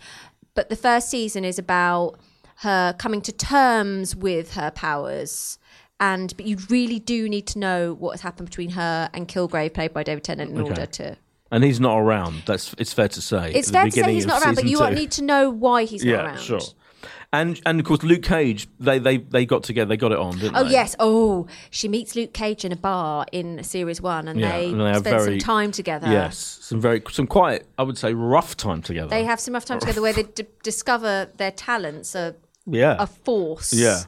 S2: But the first season is about her coming to terms with her powers. And but you really do need to know what has happened between her and Kilgrave, played by David Tennant, in
S1: Okay.
S2: order to.
S1: And he's not around. That's it's fair to say.
S2: It's
S1: at the
S2: fair to say
S1: beginning
S2: he's
S1: of
S2: not around, but
S1: season
S2: you
S1: two.
S2: need to know why he's
S1: yeah,
S2: not around.
S1: sure. And and of course, Luke Cage. They they they got together. They got it on, didn't
S2: Oh
S1: they?
S2: yes. Oh, she meets Luke Cage in a bar in series one, and
S1: Yeah,
S2: they
S1: and they have
S2: spend
S1: very-
S2: some time together.
S1: Yes, some very some quite I would say rough time together.
S2: They have some rough time together where they d- discover their talents are
S1: yeah,
S2: a force.
S1: Yeah.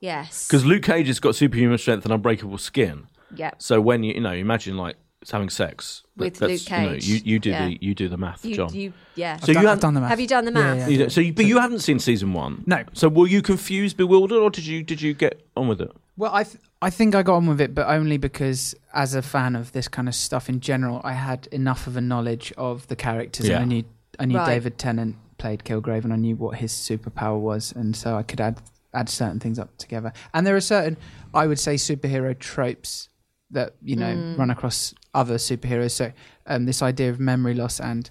S2: Yes.
S1: because Luke Cage has got superhuman strength and unbreakable skin.
S2: yeah.
S1: So when you you know imagine like having sex
S2: With
S1: that's-
S2: Luke
S1: you know,
S2: Cage.
S1: you, you do
S2: Yeah.
S1: the you do the math,
S2: You,
S1: John.
S2: you, yeah.
S1: So
S3: I've
S1: you
S3: done, I've
S1: had-
S3: done the math.
S2: Have you done the
S3: Yeah,
S2: math?
S3: yeah.
S1: You don't- so you, but you haven't seen season one.
S3: No.
S1: So were you confused, bewildered, or did you did you get on with it?
S3: Well, I th- I think I got on with it, but only because as a fan of this kind of stuff in general, I had enough of a knowledge of the characters,
S1: Yeah.
S3: and I knew I knew
S2: Right.
S3: David Tennant played Kilgrave, and I knew what his superpower was, and so I could add add certain things up together. And there are certain, I would say, superhero tropes that you know
S2: Mm.
S3: run across other superheroes. So um, this idea of memory loss and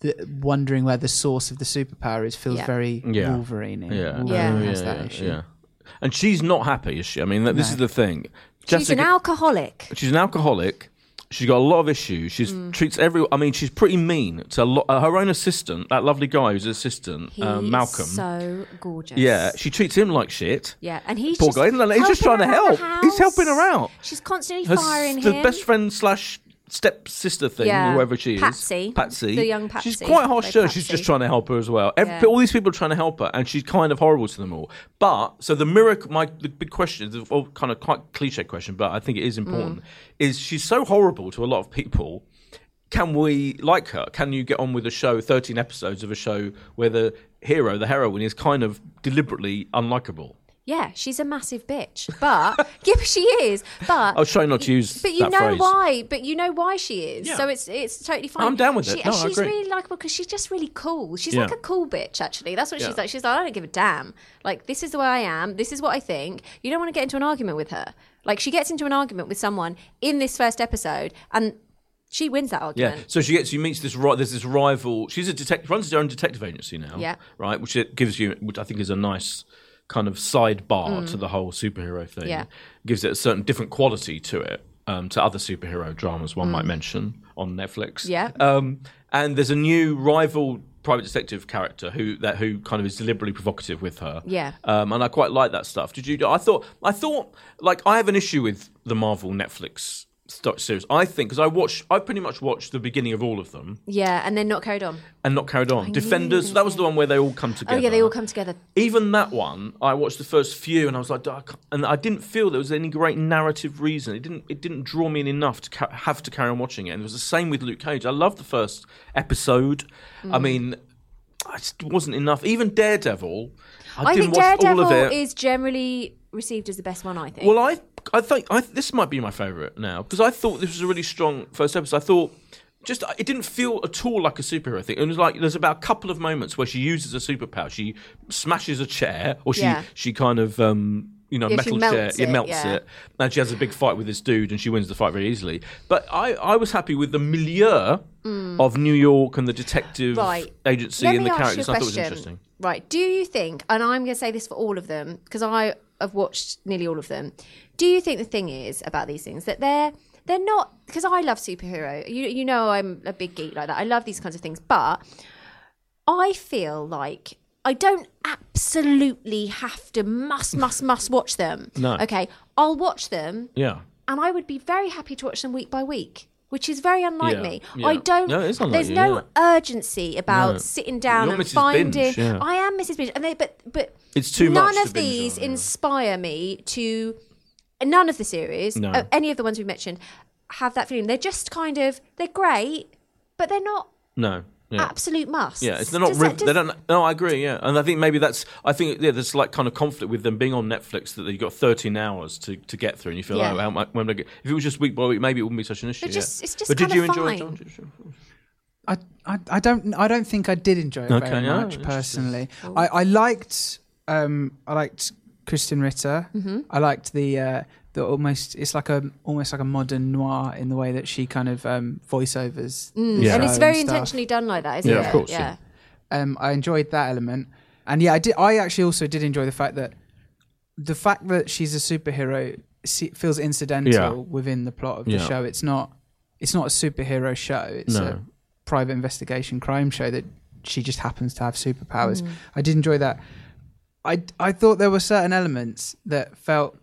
S3: the, wondering where the source of the superpower is feels
S2: Yeah.
S3: very
S1: Yeah.
S3: Wolverine. Wolverine
S2: Yeah.
S3: has that issue.
S1: yeah. And she's not happy, is she? I mean, that, this
S3: No.
S1: is the thing.
S2: She's an alcoholic.
S1: She's an alcoholic. She's got a lot of issues. She
S2: Mm.
S1: treats everyone. I mean, she's pretty mean to a lot. Uh, her own assistant, that lovely guy who's assistant,
S2: He
S1: uh,
S2: is
S1: Malcolm.
S2: so gorgeous.
S1: yeah, she treats him like shit.
S2: Yeah, and he's
S1: Poor
S2: just
S1: guy, isn't he? He's just
S2: helping
S1: trying to
S2: her around
S1: help.
S2: the
S1: He's helping her
S2: house.
S1: out.
S2: She's constantly
S1: Her s-
S2: firing
S1: the
S2: him.
S1: best friend slash stepsister thing,
S2: Yeah.
S1: whoever she is.
S2: Patsy.
S1: Patsy.
S2: The young
S1: She's
S2: Patsy.
S1: quite harsh.
S2: They
S1: to her. She's just
S2: Patsy.
S1: trying to help her as well. Every,
S2: Yeah.
S1: All these people are trying to help her, and she's kind of horrible to them all. But so the miracle, my the big question, the well, kind of quite cliche question, but I think it is important,
S2: Mm.
S1: is she's so horrible to a lot of people. Can we like her? Can you get on with a show, 13 episodes of a show where the hero, the heroine, is kind of deliberately unlikable?
S2: Yeah, she's a massive bitch. But yeah, but she is. But
S1: I was trying not to use
S2: But you
S1: that
S2: know
S1: phrase.
S2: why. But you know why she is.
S1: Yeah.
S2: So it's it's totally fine.
S1: I'm down with
S2: she,
S1: it. No, I
S2: she's
S1: agree.
S2: really likable because she's just really cool. She's
S1: Yeah.
S2: like a cool bitch, actually. That's what
S1: Yeah.
S2: she's like. She's like, I don't give a damn. Like this is the way I am. This is what I think. You don't want to get into an argument with her. Like she gets into an argument with someone in this first episode, and she wins that
S1: Yeah.
S2: argument.
S1: So she gets, she meets this. ri- There's this rival. She's a detective. Runs her own detective agency now.
S2: Yeah.
S1: Right, which it gives you, which I think is a nice kind of sidebar to the whole superhero thing.
S2: Mm. Yeah.
S1: Gives it a certain different quality to it um, to other superhero dramas one might mention on Netflix.
S2: Mm. Yeah.
S1: Um, and there's a new rival private detective character who that who kind of is deliberately provocative with her.
S2: Yeah.
S1: Um, and I quite like that stuff. Did you? I thought. I thought. Like, I have an issue with the Marvel Netflix stock series. I think because I watch. I pretty much watched the beginning of all of them
S2: Yeah, and then not carried on.
S1: and not carried on.
S2: knew you were
S1: Defenders.
S2: gonna
S1: That was
S2: say
S1: the one where they all come together.
S2: Oh yeah, they all come together.
S1: Even that one, I watched the first few, and I was like, "I can't-" and I didn't feel there was any great narrative reason. It didn't. It didn't draw me in enough to ca- have to carry on watching it. And it was the same with Luke Cage. I loved the first episode. I
S2: Mm.
S1: mean, I just wasn't enough. Even Daredevil, I,
S2: I,
S1: didn't
S2: think
S1: watch all
S2: Daredevil
S1: of it.
S2: is generally received as the best one. I think.
S1: Well, I I think I, this might be my favourite now because I thought this was a really strong first episode. I thought just it didn't feel at all like a superhero thing. It was like there's about a couple of moments where she uses a superpower. She smashes a chair, or she
S2: Yeah.
S1: she kind of. Um, you know,
S2: Yeah, she
S1: metal
S2: melts
S1: chair, it
S2: it,
S1: melts
S2: yeah.
S1: it. And she has a big fight with this dude and she wins the fight very easily. But I, I was happy with the milieu of New York and the detective
S2: Mm. Right.
S1: agency
S2: Let
S1: and
S2: me
S1: the
S2: ask
S1: characters.
S2: you
S1: I
S2: a
S1: thought it was
S2: question.
S1: interesting.
S2: Right. Do you think, and I'm going to say this for all of them, because I have watched nearly all of them. Do you think the thing is about these things that they're they're not because I love superhero. You you know I'm a big geek like that. I love these kinds of things, but I feel like I don't absolutely have to must must must watch them.
S1: No.
S2: Okay. I'll watch them
S1: Yeah.
S2: and I would be very happy to watch them week by week, which is very unlike
S1: Yeah,
S2: me.
S1: yeah.
S2: I don't.
S1: No, it's unlike
S2: there's
S1: you,
S2: no urgency about
S1: No.
S2: sitting down
S1: You're
S2: and
S1: Mrs.
S2: finding.
S1: Binge, yeah.
S2: I am Mrs. Binge, and they but but
S1: It's too much
S2: none
S1: to
S2: of
S1: binge
S2: these
S1: on, yeah.
S2: inspire me to. None of the series,
S1: No.
S2: uh, any of the ones we mentioned, have that feeling. They're just kind of they're great, but they're not
S1: No. Yeah.
S2: absolute must.
S1: Yeah, it's, they're not. riv- they don't. No, I agree. Yeah, and I think maybe that's. I think yeah, there's like kind of conflict with them being on Netflix that they've got 13 hours to, to get through, and you feel
S2: Yeah.
S1: oh, how, mu- when do I get-" if it was just week by week, maybe it wouldn't be such an issue.
S2: They're just-
S1: yeah.
S2: it's just
S1: but did
S2: kinda
S1: you enjoy it?
S2: fine.
S1: John? Did you-
S3: I, I, I don't I don't think I did enjoy it
S1: Okay,
S3: very
S1: yeah,
S3: much
S1: interesting.
S3: personally. I, I liked um I liked Kristen Ritter. I liked the uh, the almost it's like a almost like a modern noir in the way that she kind of um, voiceovers. the
S1: Yeah.
S2: And
S3: show
S2: it's very
S3: stuff.
S2: intentionally done like that, isn't
S1: Yeah,
S2: it?
S1: of course, yeah.
S2: Yeah.
S3: Um, I enjoyed that element, and yeah, I did. I actually also did enjoy the fact that the fact that she's a superhero se- feels incidental
S1: Yeah.
S3: within the plot of the
S1: Yeah.
S3: show. It's not it's not a superhero show. It's a
S1: No.
S2: Mm.
S3: private investigation crime show that she just happens to have superpowers. I did enjoy that. I I thought there were certain elements that felt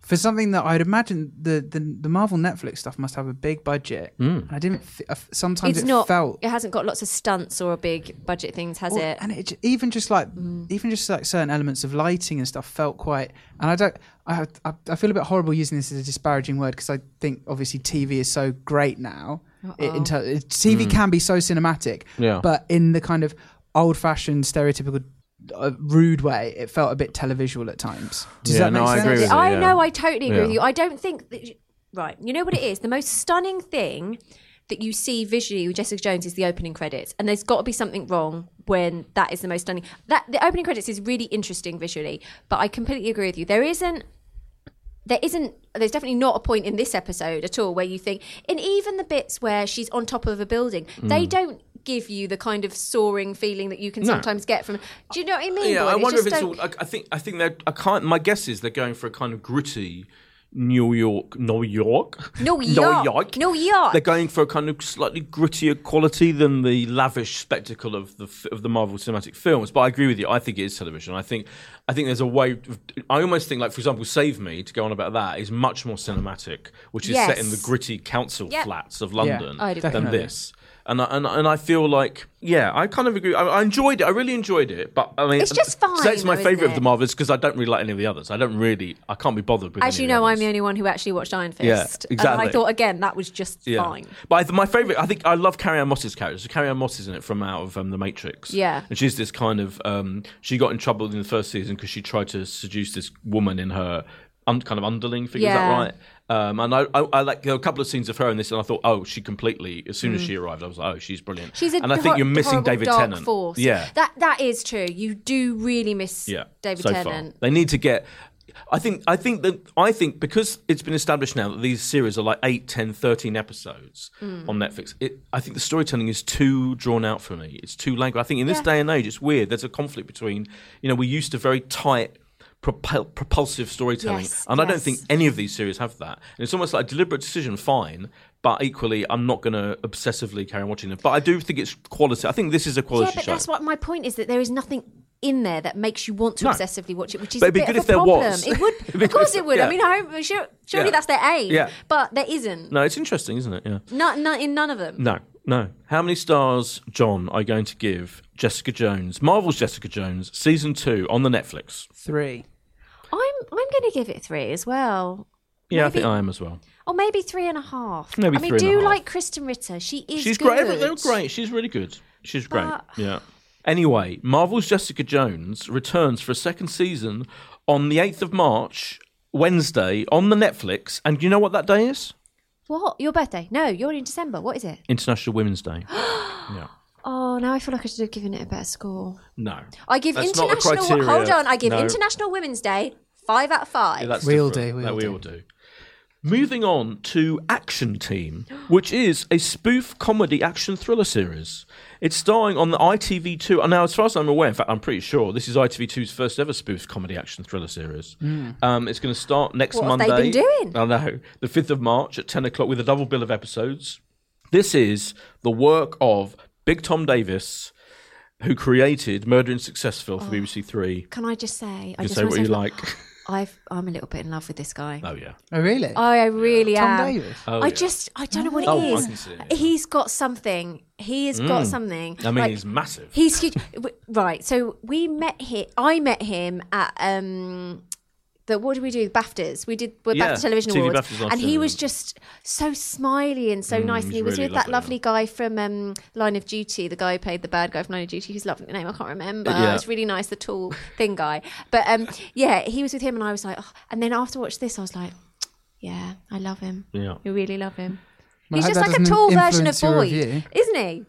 S3: for something that I'd imagine the the, the Marvel Netflix stuff must have a big budget.
S1: Mm.
S3: And I didn't. F- I f- sometimes
S2: it's
S3: it
S2: not.
S3: felt
S2: It hasn't got lots of stunts or big budget things, has
S3: Well,
S2: it?
S3: And it j- even just like even just like certain elements of lighting and stuff felt quite. And I don't. I I, I feel a bit horrible using this as a disparaging word because I think obviously TV is so great now. It, in ter- it- TV can be so cinematic.
S1: Mm. Yeah.
S3: But in the kind of old-fashioned, stereotypical, uh, rude way, it felt a bit televisual at times. Does
S1: Yeah,
S3: that make
S1: no, I
S3: sense?
S1: agree with
S2: I
S1: it, yeah.
S2: know. I totally agree
S1: Yeah.
S2: with you. I don't think that. right. You know what it is? The most stunning thing that you see visually with Jessica Jones is the opening credits, and there's got to be something wrong when that is the most stunning. That the opening credits is really interesting visually, but I completely agree with you. There isn't. There isn't. There's definitely not a point in this episode at all where you think, and even the bits where she's on top of a building,
S1: Mm.
S2: they don't give you the kind of soaring feeling that you can sometimes get from. Do you know what I mean?
S1: Yeah,
S2: Gordon?
S1: I wonder if
S2: just
S1: it's
S2: don't-
S1: all. I, I think. I think they're. I can't. My guess is they're going for a kind of gritty New York, New York,
S2: New York, New York.
S1: They're going for a kind of slightly grittier quality than the lavish spectacle of the f- of the Marvel cinematic films. But I agree with you. I think it is television. I think. I think there's a way. Of, I almost think, like for example, Save Me to go on about that is much more cinematic, which is set in the
S2: Yes.
S1: gritty council
S2: Yep.
S1: flats of London
S2: I'd agree.
S1: than
S3: Definitely.
S1: this. And I, and, and I feel like yeah I kind of agree I, I enjoyed it I really enjoyed it but I mean
S2: It's just fine,
S1: so it's my
S2: though, isn't
S1: favorite of
S2: it?
S1: the Marvels because I don't really like any of the others. I don't really. I can't be bothered with.
S2: As
S1: any
S2: you
S1: of the
S2: know, I'm
S1: others.
S2: the only one who actually watched Iron Fist.
S1: Yeah,
S2: And
S1: exactly.
S2: I thought, again, that was just
S1: Yeah.
S2: fine.
S1: But I th- my favorite, I think, I love Carrie Ann Moss's character. So Carrie Ann Moss is in it from out of um, The Matrix.
S2: Yeah.
S1: and she's this kind of. Um, she got in trouble in the first season because she tried to seduce this woman in her un- kind of underling figure. Is that
S2: Yeah.
S1: right? Um, and I, I, I like there were a couple of scenes of her in this, and I thought, oh, she completely. As soon as she arrived, I was like, oh, she's brilliant.
S2: Mm. She's a
S1: and I think
S2: hor-
S1: you're missing
S2: horrible
S1: David
S2: dark
S1: Tennant.
S2: Force.
S1: Yeah,
S2: That, that is true. You do really miss
S1: yeah,
S2: David
S1: so
S2: Tennant.
S1: Far. They need to get. I think. I think that. I think because it's been established now that these series are like 8, 10, 13 episodes
S2: Mm.
S1: on Netflix. It, I think the storytelling is too drawn out for me. It's too languid. I think in this
S2: Yeah.
S1: day and age, it's weird. There's a conflict between. You know, we're used to very tight. Propel, propulsive storytelling,
S2: Yes,
S1: and I don't
S2: yes.
S1: think any of these series have that. And it's almost like a deliberate decision, fine, but equally, I'm not going to obsessively carry on watching them. But I do think it's quality. I think this is a quality
S2: Yeah, but
S1: show.
S2: that's what my point is that there is nothing in there that makes you want to
S1: No.
S2: obsessively watch it, which is
S1: But
S2: a
S1: it'd be
S2: bit
S1: good
S2: of a
S1: if there
S2: problem.
S1: was.
S2: It would, of course, it would.
S1: Yeah.
S2: I mean, I hope, sure, surely
S1: Yeah.
S2: that's their aim,
S1: Yeah.
S2: but there isn't.
S1: no, it's interesting, isn't it? Yeah.
S2: Not, not in none of them.
S1: No, no. How many stars, John, are you going to give Jessica Jones, Marvel's Jessica Jones, season two on the Netflix?
S3: Three.
S2: I'm, I'm going to give it three as well.
S1: Yeah, I
S2: Maybe-
S1: think I am as well.
S2: Or maybe three and a half.
S1: Maybe
S2: I
S1: three
S2: mean,
S1: and
S2: do
S1: a half.
S2: like Kristen Ritter. She is
S1: She's
S2: good.
S1: great. They're great. She's really good. She's great.
S2: But-
S1: Yeah. Anyway, Marvel's Jessica Jones returns for a second season on the 8th of March, Wednesday, on the Netflix. And do you know what that day is?
S2: What? Your birthday? No, you're in December. What is it?
S1: International Women's Day. yeah.
S2: Oh, now I feel like I should have given it a better score.
S1: No.
S2: I give
S1: That's not the
S2: international.
S1: criteria.
S2: Hold on, I give
S1: No.
S2: International Women's Day five out of five.
S1: Yeah, that's
S3: We all
S1: different.
S3: do, we
S1: That
S3: all
S1: we
S3: do.
S1: all do. Moving on to Action Team, which is a spoof comedy action thriller series. It's starring on the ITV2. and uh, Now, as far as I'm aware, in fact, I'm pretty sure this is ITV2's first ever spoof comedy action thriller series.
S3: Hmm.
S1: Um, it's going to start next
S2: What have
S1: Monday.
S2: they been doing?
S1: I know. The 5th of March at 10 o'clock with a double bill of episodes. This is the work of Big Tom Davis, who created Murder in Successville
S2: Oh.
S1: for BBC Three.
S2: Can I just say? I
S1: You can
S2: just
S1: say
S2: want
S1: what
S2: to
S1: you
S2: say
S1: like.
S2: I've, I'm a little bit in love with this guy.
S1: oh, yeah.
S3: Oh really?
S2: I, I really
S3: Tom
S2: am.
S3: Davis?
S1: Oh,
S2: I
S1: yeah.
S2: just I don't know what
S1: Oh,
S2: it
S1: I
S2: is.
S1: can see it, yeah.
S2: He's got something. He has got something.
S1: I mean,
S2: Like,
S1: he's massive.
S2: He's huge. W- right. So we met him. I met him at um the what did we do? BAFTAs. We did were
S1: Yeah,
S2: BAFTA Television
S1: TV
S2: Awards,
S1: BAFTAs last
S2: and he
S1: year.
S2: was just so smiley and so nice. And he
S1: Mm, he's
S2: was
S1: really
S2: with that
S1: lovely,
S2: lovely guy from um, Line of Duty, the guy who played the bad guy from Line of Duty, whose lovely name I can't remember.
S1: Yeah.
S2: It's really nice, the tall thin guy. But um, yeah, he was with him, and I was like, oh. and then after I watched this, I was like, yeah, I love him.
S1: Yeah.
S2: you really love him.
S3: Well,
S2: He's
S3: I
S2: just
S3: hope that
S2: like a
S3: doesn't
S2: tall version of
S3: influence your
S2: Boyd,
S3: review.
S2: isn't he?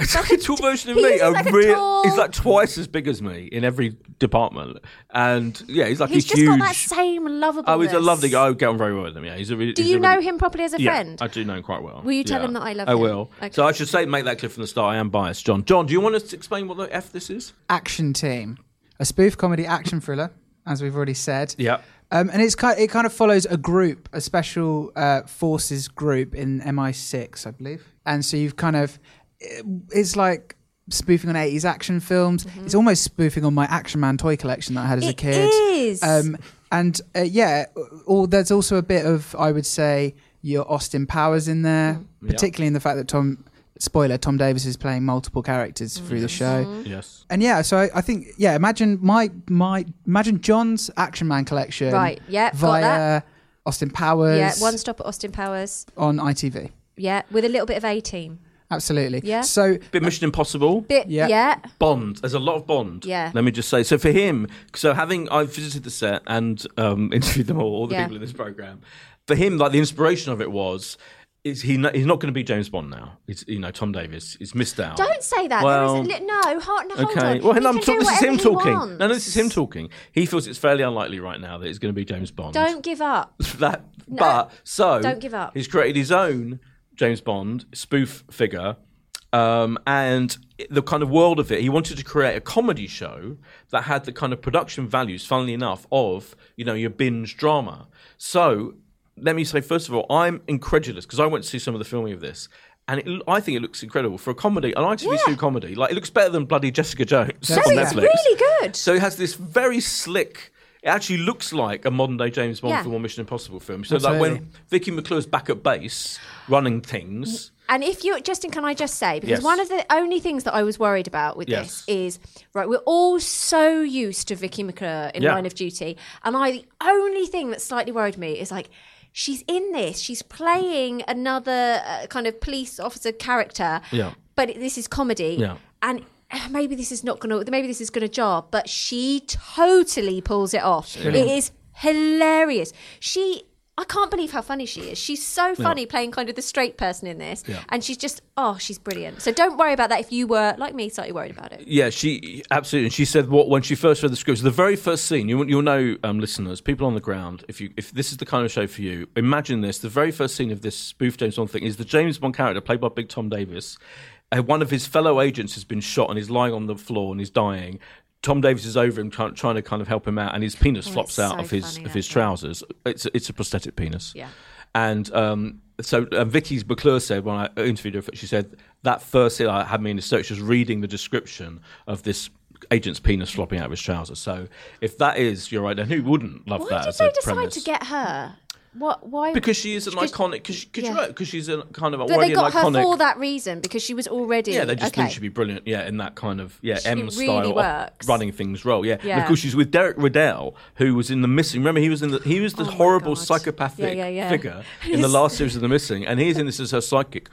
S1: It's like a tall version of
S2: he
S1: me.
S2: is like a
S1: real-
S2: tall-
S1: He's like twice as big as me in every department, and yeah, he's like
S2: He's
S1: a
S2: just
S1: huge.
S2: got that same lovable.
S1: oh, he's a lovely guy. I get on very well with him. Yeah, he's a really.
S2: Do you know him properly as a
S1: Yeah,
S2: friend?
S1: I do know him quite well.
S2: Will you tell
S1: Yeah.
S2: him that I love
S1: I
S2: him?
S1: will.
S2: Okay.
S1: So I should say, make that clear from the start. I am biased, John. John, do you want us to explain what the f this is?
S3: Action Team, a spoof comedy action thriller, as we've already said.
S1: Yeah.
S3: Um, and it's kind it kind of follows a group, a special uh, forces group in MI6, I believe. And so you've kind of it- eh, it's like spoofing on 80s action films. It's almost spoofing on my Action Man toy collection that I had as a
S2: Mm-hmm. It
S3: kid.
S2: is.
S3: Um, and uh, yeah, or there's also a bit of I would say your Austin Powers in there,
S2: Mm.
S1: Yeah.
S3: particularly in the fact that Tom spoiler Tom Davis is playing multiple characters through
S2: Mm.
S3: the show.
S1: Yes.
S3: And yeah, so I, I think yeah, imagine my my imagine John's Action Man collection
S2: Right, yeah, got
S3: via
S2: that.
S3: Austin Powers
S2: yeah, one stop at Austin Powers.
S3: on ITV.
S2: Yeah, with a little bit of A team.
S3: Absolutely.
S2: Yeah.
S3: So
S1: Bit Mission Impossible.
S2: Bit
S3: Yeah.
S2: yeah. yeah.
S1: Bond. There's a lot of Bond.
S2: Yeah.
S1: Let me just say. So for him, so having I've visited the set and um, interviewed them all, all the
S2: Yeah.
S1: people in this program. For him, like the inspiration of it was, is he? no- He's not going to be James Bond now. It's you know Tom Davis. He's missed out.
S2: Don't say that.
S1: Well,
S2: there is a li- no, heart, no, hold
S1: Okay.
S2: on.
S1: Well,
S2: He
S1: no, I'm
S2: can
S1: talk-
S2: do
S1: this is him
S2: whatever he
S1: talking. No, no, this is him
S2: wants.
S1: talking. He feels it's fairly unlikely right now that it's going to be James Bond.
S2: Don't give up.
S1: that. But so
S2: don't give up.
S1: He's created his own James Bond spoof figure, um, and the kind of world of it. He wanted to create a comedy show that had the kind of production values, funnily enough, of you know your binge drama. So let me say first of all, I'm incredulous because I went to see some of the filming of this. And it, I think it looks incredible for a comedy, an ITV2
S2: Yeah.
S1: comedy. Like it looks better than bloody Jessica Jones
S2: No,
S1: on
S2: it's
S1: Netflix.
S2: really good.
S1: So it has this very slick. It actually looks like a modern day James Bond
S2: Yeah.
S1: film or Mission Impossible film. So
S3: Absolutely.
S1: like when Vicky McClure's back at base running things.
S2: And if you, Justin, can I just say, because
S1: Yes.
S2: one of the only things that I was worried about with
S1: Yes.
S2: this is, right, we're all so used to Vicky McClure in
S1: Yeah.
S2: Line of Duty. And I, the only thing that slightly worried me is like, she's in this, she's playing another uh, kind of police officer character.
S1: Yeah.
S2: But it, this is comedy.
S1: Yeah.
S2: And uh, maybe this is not going to, maybe this is going to jar, but she totally pulls it off. It is hilarious. She, I can't believe how funny she is. She's so funny playing kind of the straight person in this.
S1: Yeah.
S2: And she's just, oh, she's brilliant. So don't worry about that if you were, like me, slightly worried about it.
S1: Yeah, she absolutely. And she said what when she first read the scripts, the very first scene. You, you'll know, um, listeners, people on the ground. If you if this is the kind of show for you, imagine this. The very first scene of this spoof James Bond thing is the James Bond character played by Big Tom Davis. Uh, one of his fellow agents has been shot and he's lying on the floor and he's dying. Tom Davis is over him try, trying to kind of help him out, and his penis flops
S2: Oh, so
S1: out of his
S2: funny,
S1: of
S2: that
S1: his
S2: bit.
S1: trousers. It's it's a prosthetic penis.
S2: Yeah.
S1: And um, so uh, Vicky McClure said when I interviewed her, she said that first thing I had me in the search was reading the description of this agent's penis flopping out of his trousers. So if that is your idea, who wouldn't love
S2: Why
S1: that
S2: did
S1: as
S2: they
S1: a
S2: decide
S1: premise?
S2: to get her? What, why?
S1: because she is an
S2: Because-
S1: iconic, because
S2: yeah.
S1: she's a kind of
S2: But they
S1: already
S2: got
S1: an
S2: her
S1: iconic.
S2: for that reason because she was already.
S1: yeah, they just
S2: Mm, okay.
S1: think she'd be brilliant. Yeah, in that kind of yeah M
S2: really
S1: style of
S2: works.
S1: running things role. Yeah. and
S2: Yeah.
S1: of course she's with Derek Riddell, who was in the missing. Remember, he was in the he was the
S2: Oh my
S1: horrible
S2: God.
S1: psychopathic
S2: Yeah, yeah, yeah.
S1: figure in the last series of the missing, and he's in this as her psychic.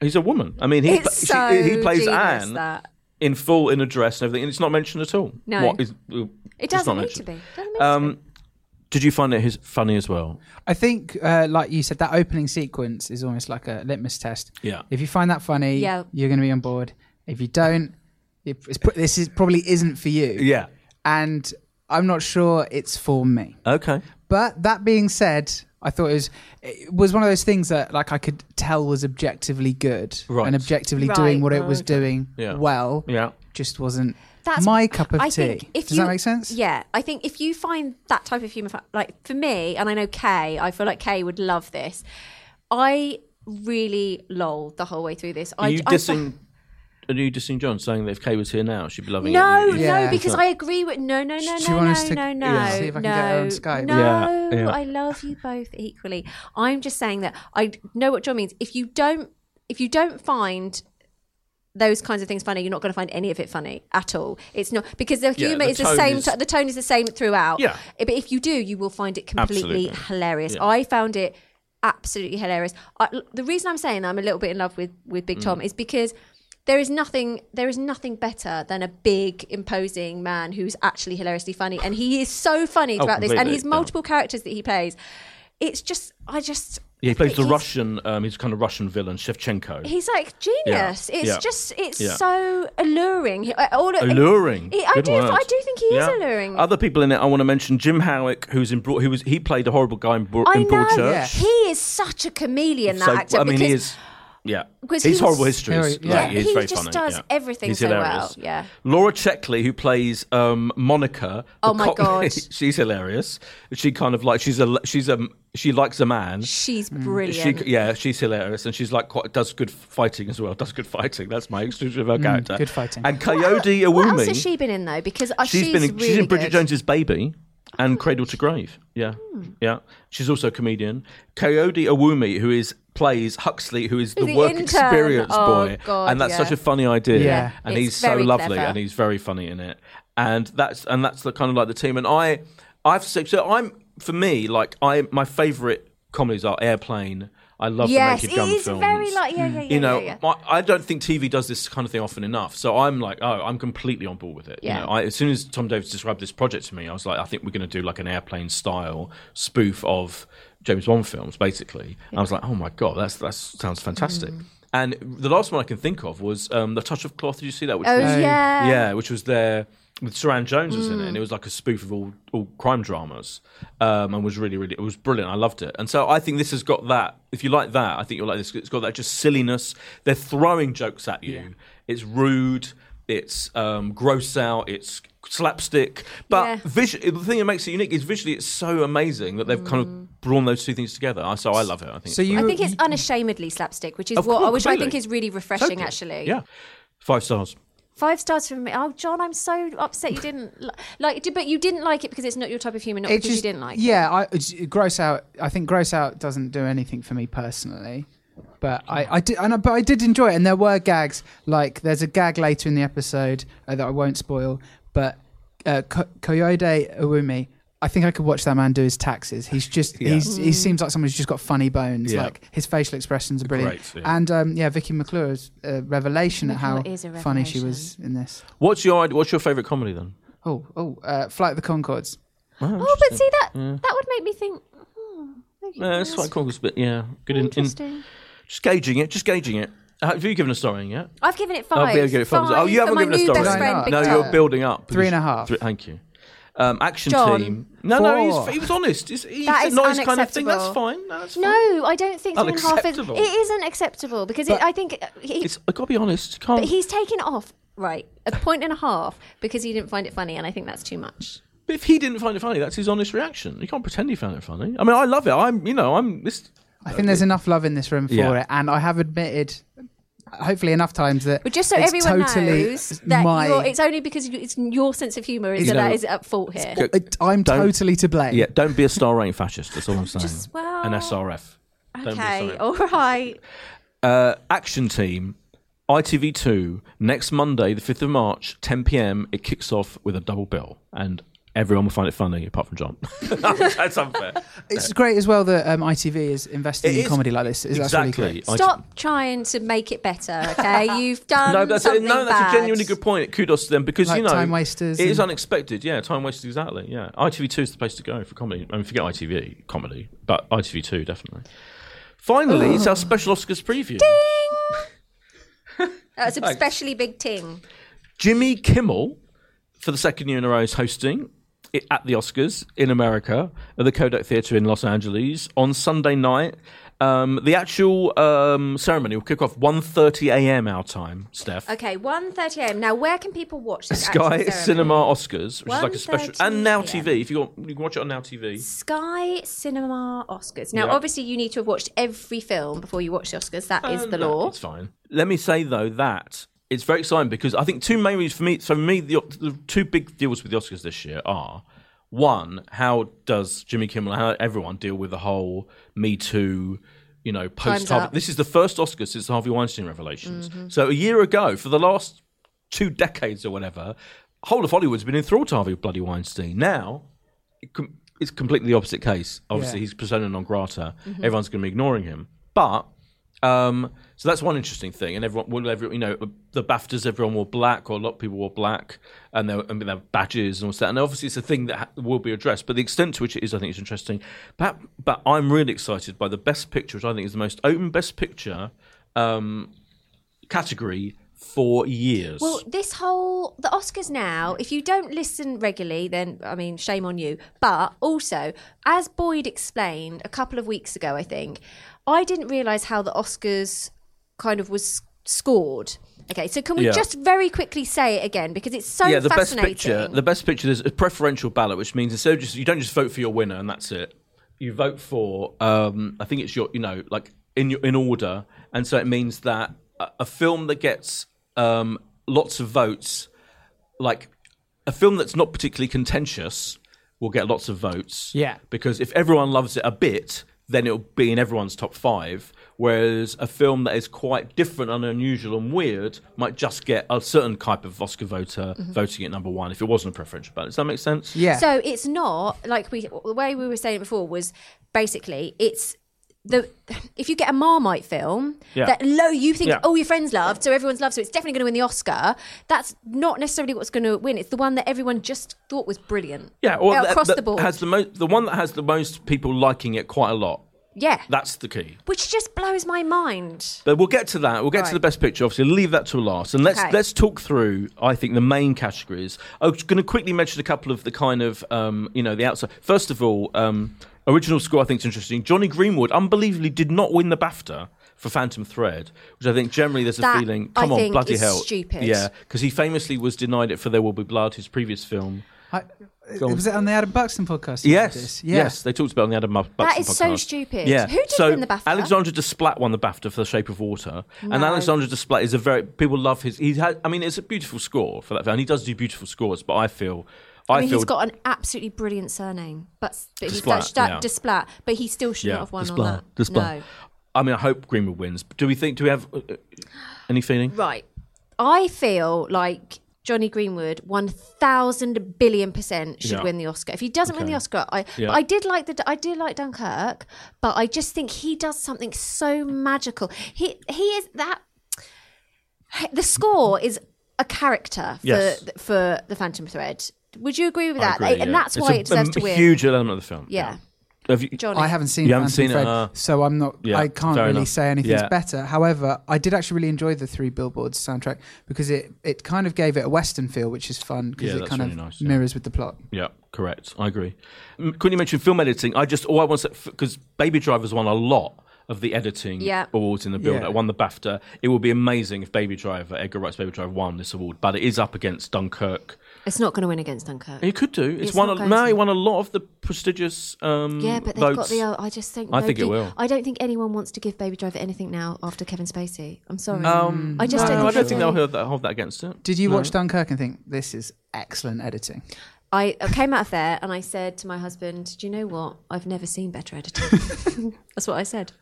S1: He's a woman. I mean, he
S2: It's
S1: she-
S2: so
S1: he plays
S2: genius,
S1: Anne
S2: that.
S1: in full in a dress and everything, and it's not mentioned at all.
S2: No.
S1: What is- uh,
S2: It
S1: it's not
S2: doesn't need to
S1: mentioned.
S2: be. Doesn't need to be.
S1: Um, did you find it his funny as well?
S3: I think, uh, like you said, that opening sequence is almost like a litmus test.
S1: Yeah.
S3: If you find that funny,
S2: Yeah.
S3: you're going to be on board. If you don't, it- it's, pr- this is probably isn't for you.
S1: Yeah.
S3: And I'm not sure it's for me.
S1: Okay.
S3: But that being said, I thought it was it was one of those things that like I could tell was objectively good
S1: Right.
S3: and objectively
S2: Right. Oh,
S3: doing what it was doing
S1: Yeah.
S3: well.
S1: Yeah.
S3: Just wasn't
S2: That's
S3: my cup of
S2: I
S3: tea.
S2: think if
S3: Does
S2: you,
S3: that make sense?
S2: Yeah, I think if you find that type of humor, fa- like for me, and I know Kay, I feel like Kay would love this. I really lolled the whole way through this.
S1: Are
S2: I,
S1: you
S2: I-
S1: dissing? Are you dissing John, saying that if Kay was here now, she'd be loving
S2: no,
S1: it? You- you-
S3: Yeah.
S2: no, because I agree with no, no, no,
S3: Do you
S2: no,
S3: want
S2: no,
S3: us to-
S2: no, no,
S3: yeah, see if I can get her on Skype?
S2: no.
S1: Yeah, yeah.
S2: I love you both equally. I'm just saying that I know what John means. If you don't, if you don't find those kinds of things funny, you're not going to find any of it funny at all. It's not because the
S1: Yeah,
S2: humour
S1: the
S2: is the
S1: tone
S2: same.
S1: is-
S2: to- the tone is the same throughout.
S1: Yeah.
S2: But if you do, you will find it completely
S1: Absolutely.
S2: hilarious. I found it absolutely hilarious. I, l- the reason I'm saying I'm a little bit in love with with
S1: Mm.
S2: Big Tom is because there is nothing there is nothing better than a big imposing man who's actually hilariously funny, and he is so funny throughout this, and
S1: Oh, completely,
S2: his
S1: yeah.
S2: multiple characters that he plays. It's just I just
S1: Yeah, he plays the
S2: he's-
S1: Russian. Um, he's kind of Russian villain, Shevchenko.
S2: He's like genius. It's
S1: yeah,
S2: just it's
S1: yeah.
S2: so alluring. He- uh, all-
S1: alluring.
S2: He- I
S1: Good
S2: do.
S1: word.
S2: I do think he is
S1: Yeah.
S2: alluring.
S1: Other people in it, I want to mention Jim Howick, who's in Broad, who was he played a horrible guy in, Bro-
S2: I
S1: in
S2: know
S1: Broadchurch.
S3: Yeah.
S2: he is such a chameleon. That
S1: So,
S2: actor.
S1: I mean,
S2: because
S1: he is. Yeah,
S2: Because
S1: he's
S2: he was-
S1: horrible histories.
S3: Harry- yeah.
S1: Like,
S2: Yeah,
S1: he's
S2: he
S1: very
S2: just
S1: funny,
S2: does
S1: yeah.
S2: everything
S1: He's
S2: so
S1: hilarious.
S2: well, yeah.
S1: Laura Checkley, who plays um, Monica. the
S2: Oh my
S1: cock-
S2: God.
S1: she's hilarious. She kind of like she's a she's a she likes a man.
S2: She's brilliant.
S1: Hmm. She, yeah, she's hilarious, and she's like quite does good fighting as well. Does good fighting. That's my exclusion of her character.
S3: Mm, good fighting.
S1: And Coyote
S2: what else has
S1: Iwumi.
S2: she been in though? Because uh,
S1: she's been in,
S2: really
S1: she's in Bridget
S2: good. Oh,
S1: Jones's Baby and Cradle to Grave. Yeah,
S2: Hmm.
S1: yeah. She's also a comedian. Coyote Iwumi, who is plays Huxley, who is the,
S2: The
S1: work
S2: intern.
S1: experience
S2: Oh,
S1: boy,
S2: God,
S1: and that's
S2: yeah.
S1: such a funny idea.
S3: Yeah.
S1: and
S2: It's
S1: he's so
S2: very
S1: lovely,
S2: clever.
S1: and he's very funny in it. And that's and that's the kind of like the team. And I, I've so so I'm for me like I my favorite comedies are Airplane. I love
S2: Yes,
S1: the
S2: it
S1: Naked Gun
S2: is
S1: films
S2: very like yeah, yeah, yeah.
S1: you know,
S2: yeah, yeah.
S1: my- I don't think TV does this kind of thing often enough. So I'm like, oh, I'm completely on board with it. You
S2: Yeah.
S1: know, I, as soon as Tom Davis described this project to me, I was like, I think we're going to do like an airplane style spoof of James Bond films, basically. And I was like, oh my god, that's that sounds fantastic.
S2: Mm.
S1: And the last one I can think of was um, the Touch of Cloth. Did you see that? Which
S2: Oh
S1: was-
S2: yeah. Mm.
S1: yeah, which was there with Saran Jones was in it, and it was like a spoof of all, all crime dramas, um, and was really really it was brilliant. I loved it, and so I think this has got that. If you like that, I think you'll like this. It's got that just silliness. They're throwing jokes at you. It's rude. It's um, gross out. It's slapstick. But
S2: Yeah.
S1: visu- the thing that makes it unique is visually it's so amazing that they've kind
S2: Mm.
S1: of drawn those two things together. I- So I love it. I think.
S3: So
S1: it's
S3: you,
S2: I think it's unashamedly slapstick, which is
S1: Of
S2: what
S1: course,
S2: which I think
S1: completely.
S2: is really refreshing
S1: brilliant.
S2: actually.
S1: yeah, five stars.
S2: Five stars from me. Oh, John, I'm so upset you didn't li- like, but you didn't like it because it's not your type of humour, not
S3: it
S2: because
S3: just
S2: you didn't like. it.
S3: yeah. I, it's- gross out. I think gross out doesn't do anything for me personally. But I, I did, and I, but I did enjoy it, and there were gags. Like there's a gag later in the episode uh, that I won't spoil. But uh, Ko- Koyode Iwumi, I think I could watch that man do his taxes. He's just he's,
S2: Mm.
S3: he seems like someone who's just got funny bones.
S1: Yeah.
S3: Like his facial expressions are brilliant.
S1: Great, yeah.
S3: And um, yeah, Vicky McClure's uh, revelation at how
S2: McClure is a
S3: funny she
S2: revelation.
S3: was in this.
S1: What's your what's your favorite comedy then?
S3: Oh, oh, uh, Flight of the Concords.
S2: Oh, but see that that would make me think. hmm, okay,
S1: No, Uh, it's quite cool, but yeah, good. In, in,
S2: interesting.
S1: just gauging it, just gauging it. Have you given a starring yet?
S2: I've given it
S1: I'll
S2: five.
S1: be able to give it five.
S2: Five
S1: Oh, you haven't
S2: for
S1: given
S2: my
S1: a
S2: new
S1: starring.
S2: best friend,
S3: No,
S2: Big
S1: no,
S2: Tom.
S1: you're building up.
S3: Three and a
S1: because-
S3: half.
S1: three- thank you. Um, action
S2: John.
S1: team. No, no,
S3: Four.
S1: he's, he was honest. He's, he
S2: That
S1: said
S2: is
S1: not his kind of thing. That's
S2: unacceptable.
S1: fine. No, that's fine.
S2: No, I don't think three and a half is. It
S1: Unacceptable.
S2: isn't acceptable because it, I think uh, he,
S1: It's, I gotta be honest. Can't.
S2: but he's taken off right a point and a half because he didn't find it funny, and I think that's too much.
S1: but if he didn't find it funny, that's his honest reaction. You can't pretend he found it funny. I mean, I love it. I'm, you know, I'm this.
S3: I think there's enough love in this room for
S1: Yeah.
S3: it, and I have admitted, hopefully enough times that.
S2: But just so
S3: it's
S2: everyone
S3: totally
S2: knows that
S3: my,
S2: you're, it's only because you, it's your sense of humour is
S1: You
S2: that, that
S1: know,
S2: is at fault here.
S3: it- I'm
S1: Don't-
S3: totally to blame.
S1: Yeah, don't be a star rating fascist. That's all I'm saying.
S2: Just- well,
S1: An SRF. Don't be a star
S2: Okay,
S1: rating-
S2: all right.
S1: Uh, action team, ITV2, next Monday, the 5th of March, 10 p.m. It kicks off with a double bill, and everyone will find it funny apart from John. That's unfair.
S3: It's great as well that um, ITV is investing
S1: It
S3: in
S1: is-
S3: comedy like this. Is That's really
S1: exactly.
S3: great.
S1: I-
S2: Stop trying to make it better, okay? You've done
S1: No, that's
S2: something
S1: no, that's
S2: bad.
S1: a genuinely good point. Kudos to them because
S3: Like
S1: you know
S3: Time Wasters
S1: It is
S3: and-
S1: unexpected. Yeah, time wasters. Exactly. Yeah, ITV2 is the place to go for comedy. I mean, forget ITV comedy, but ITV2 definitely. Finally, it's our special Oscars preview.
S2: That's a especially big ting.
S1: Jimmy Kimmel, for the second year in a row, is hosting it at the Oscars in America at the Kodak Theatre in Los Angeles on Sunday night. Um, the actual um, ceremony will kick off 1.30 a.m. our time, Steph.
S2: Okay, 1.30 a.m. Now, where can people watch this?
S1: Sky
S2: actual ceremony?
S1: Cinema Oscars, which is like a
S2: 1:30
S1: special, and Now
S2: PM.
S1: TV. If you got, you can watch it on Now TV.
S2: Sky Cinema Oscars. Now,
S1: Yeah.
S2: obviously, you need to have watched every film before you watch the Oscars. That is the
S1: No,
S2: law.
S1: It's fine. Let me say though that it's very exciting because I think two main reasons for me. So for me, the, the two big deals with the Oscars this year are one, how does Jimmy Kimmel, how everyone deal with the whole Me Too, you know, post Harvey?
S2: up. Mm-hmm.
S1: This is the first Oscar since the Harvey Weinstein revelations. So a year ago, for the last two decades or whatever, whole of Hollywood's been enthralled to Harvey bloody Weinstein. Now it com- it's completely the opposite case. Obviously,
S3: Yeah.
S1: he's persona non grata. Everyone's going to be ignoring him. But um, so that's one interesting thing. And everyone, well, every, you know, the Baftas, everyone wore black, or a lot of people wore black, and they were- and they have badges and all that. And obviously, it's a thing that ha- will be addressed. But the extent to which it is, I think, is interesting. But but I'm really excited by the best picture, which I think is the most open best picture um, category for years.
S2: Well, this whole the Oscars now, if you don't listen regularly, then I mean, shame on you. But also, as Boyd explained a couple of weeks ago, I think, I didn't realise how the Oscars kind of was scored. Okay, so can we
S1: Yeah.
S2: just very quickly say it again because it's so
S1: yeah, the best
S2: fascinating.
S1: picture. The best picture is a preferential ballot, which means instead of just you don't just vote for your winner and that's it. You vote for. Um, I think it's your. You know, like in your, in order, and so it means that a, a film that gets um, lots of votes, like a film that's not particularly contentious, will get lots of votes.
S3: Yeah.
S1: because if everyone loves it a bit, then it'll be in everyone's top five. Whereas a film that is quite different and unusual and weird might just get a certain type of Oscar voter
S2: Mm-hmm.
S1: voting at number one if it wasn't a preferential ballot. Does that make sense?
S3: Yeah.
S2: So it's not like we the way we were saying it before was basically it's the if you get a Marmite film
S1: Yeah.
S2: that low you think
S1: Yeah.
S2: all your friends love so everyone's loved so it's definitely going to win the Oscar that's not necessarily what's going to win it's the one that everyone just thought was brilliant Uh,
S1: Yeah, or that-
S2: across
S1: that
S2: the board
S1: has the most the one that has the most people liking it quite a lot.
S2: yeah
S1: That's the key.
S2: which just blows my mind
S1: But we'll get to that. We'll get
S2: Right.
S1: to the best picture. Obviously, leave that to last, and let's
S2: Okay.
S1: let's talk through. I think the main categories. I'm going to quickly mention a couple of the kind of um, you know the outside. First of all, um, original score. I think is interesting. Johnny Greenwood unbelievably did not win the BAFTA for Phantom Thread, which I think generally there's a
S2: That,
S1: feeling.
S2: I
S1: Come on,
S2: think,
S1: bloody
S2: is
S1: hell,
S2: stupid.
S1: Yeah, because he famously was denied it for There Will Be Blood, his previous film.
S3: I,
S1: Go on.
S3: was it on the Adam Buxton podcast? you did
S1: Yes,
S3: this? Yeah.
S1: yes, they talked about it on the Adam Buxton
S2: That is so
S1: podcast.
S2: stupid.
S1: Yeah,
S2: Who did
S1: so
S2: win the BAFTA?
S1: Alexandra Desplat won the BAFTA for The Shape of Water, and
S2: No.
S1: Alexandra Desplat is a very people love his. He had, I mean, it's a beautiful score for that film. He does do beautiful scores, but I feel, I,
S2: I mean,
S1: feel,
S2: he's got an absolutely brilliant surname, but, but he's
S1: Desplat,
S2: like, that
S1: yeah.
S2: Desplat, but he still should
S1: yeah,
S2: not have won
S1: Desplat,
S2: on that.
S1: Desplat.
S2: No.
S1: I mean, I hope Greenwood wins. But do we think? Do we have uh, uh, any feeling?
S2: Right. I feel like Johnny Greenwood, 1,000 billion percent, should
S1: Yeah.
S2: win the Oscar. If he doesn't win the
S1: Okay.
S2: Oscar, I,
S1: Yeah.
S2: but I did like the I did like Dunkirk, but I just think he does something so magical. He he is that the score is a character for
S1: Yes.
S2: for the Phantom Thread. Would you agree with
S1: I
S2: that?
S1: agree,
S2: and
S1: yeah.
S2: that's why
S1: it's a,
S2: it deserves
S1: a
S2: to win.
S1: Huge element of the film.
S2: yeah.
S1: Have you,
S2: Johnny.
S3: I haven't seen
S1: You haven't
S3: Phantom
S1: seen it,
S3: Thread,
S1: uh,
S3: so I'm not.
S1: yeah,
S3: I can't
S1: fair
S3: really
S1: enough.
S3: say anything's
S1: Yeah.
S3: better. However, I did actually really enjoy the Three Billboards soundtrack because it it kind of gave it a western feel, which is fun because
S1: Yeah,
S3: it
S1: that's
S3: kind
S1: really
S3: of
S1: nice, yeah.
S3: mirrors with the plot.
S1: Yeah, correct. I agree. M- Couldn't you mention film editing? I just all I want to because Baby Driver's won a lot of the editing
S2: Yeah.
S1: awards in the build.
S3: Yeah.
S1: It won the BAFTA. It would be amazing if Baby Driver, Edgar Wright's Baby Driver, won this award, but it is up against Dunkirk.
S2: It's not going to win against Dunkirk.
S1: It could do. It's,
S2: It's
S1: won.
S2: not
S1: A,
S2: going
S1: no,
S2: to.
S1: it won a lot of the prestigious um,
S2: Yeah, but they've
S1: votes.
S2: got the. old- I just think.
S1: I think it
S2: nobody-
S1: will.
S2: I don't think anyone wants to give Baby Driver anything now after Kevin Spacey. I'm sorry.
S1: um,
S2: Mm. I just
S1: no,
S2: don't think
S1: I don't
S2: they
S1: think
S2: will.
S1: they'll hold that, hold that against it.
S3: Did you watch Dunkirk and think this is excellent editing?
S2: I I came out of there and I said to my husband, "Do you know what? I've never seen better editing." That's what I said.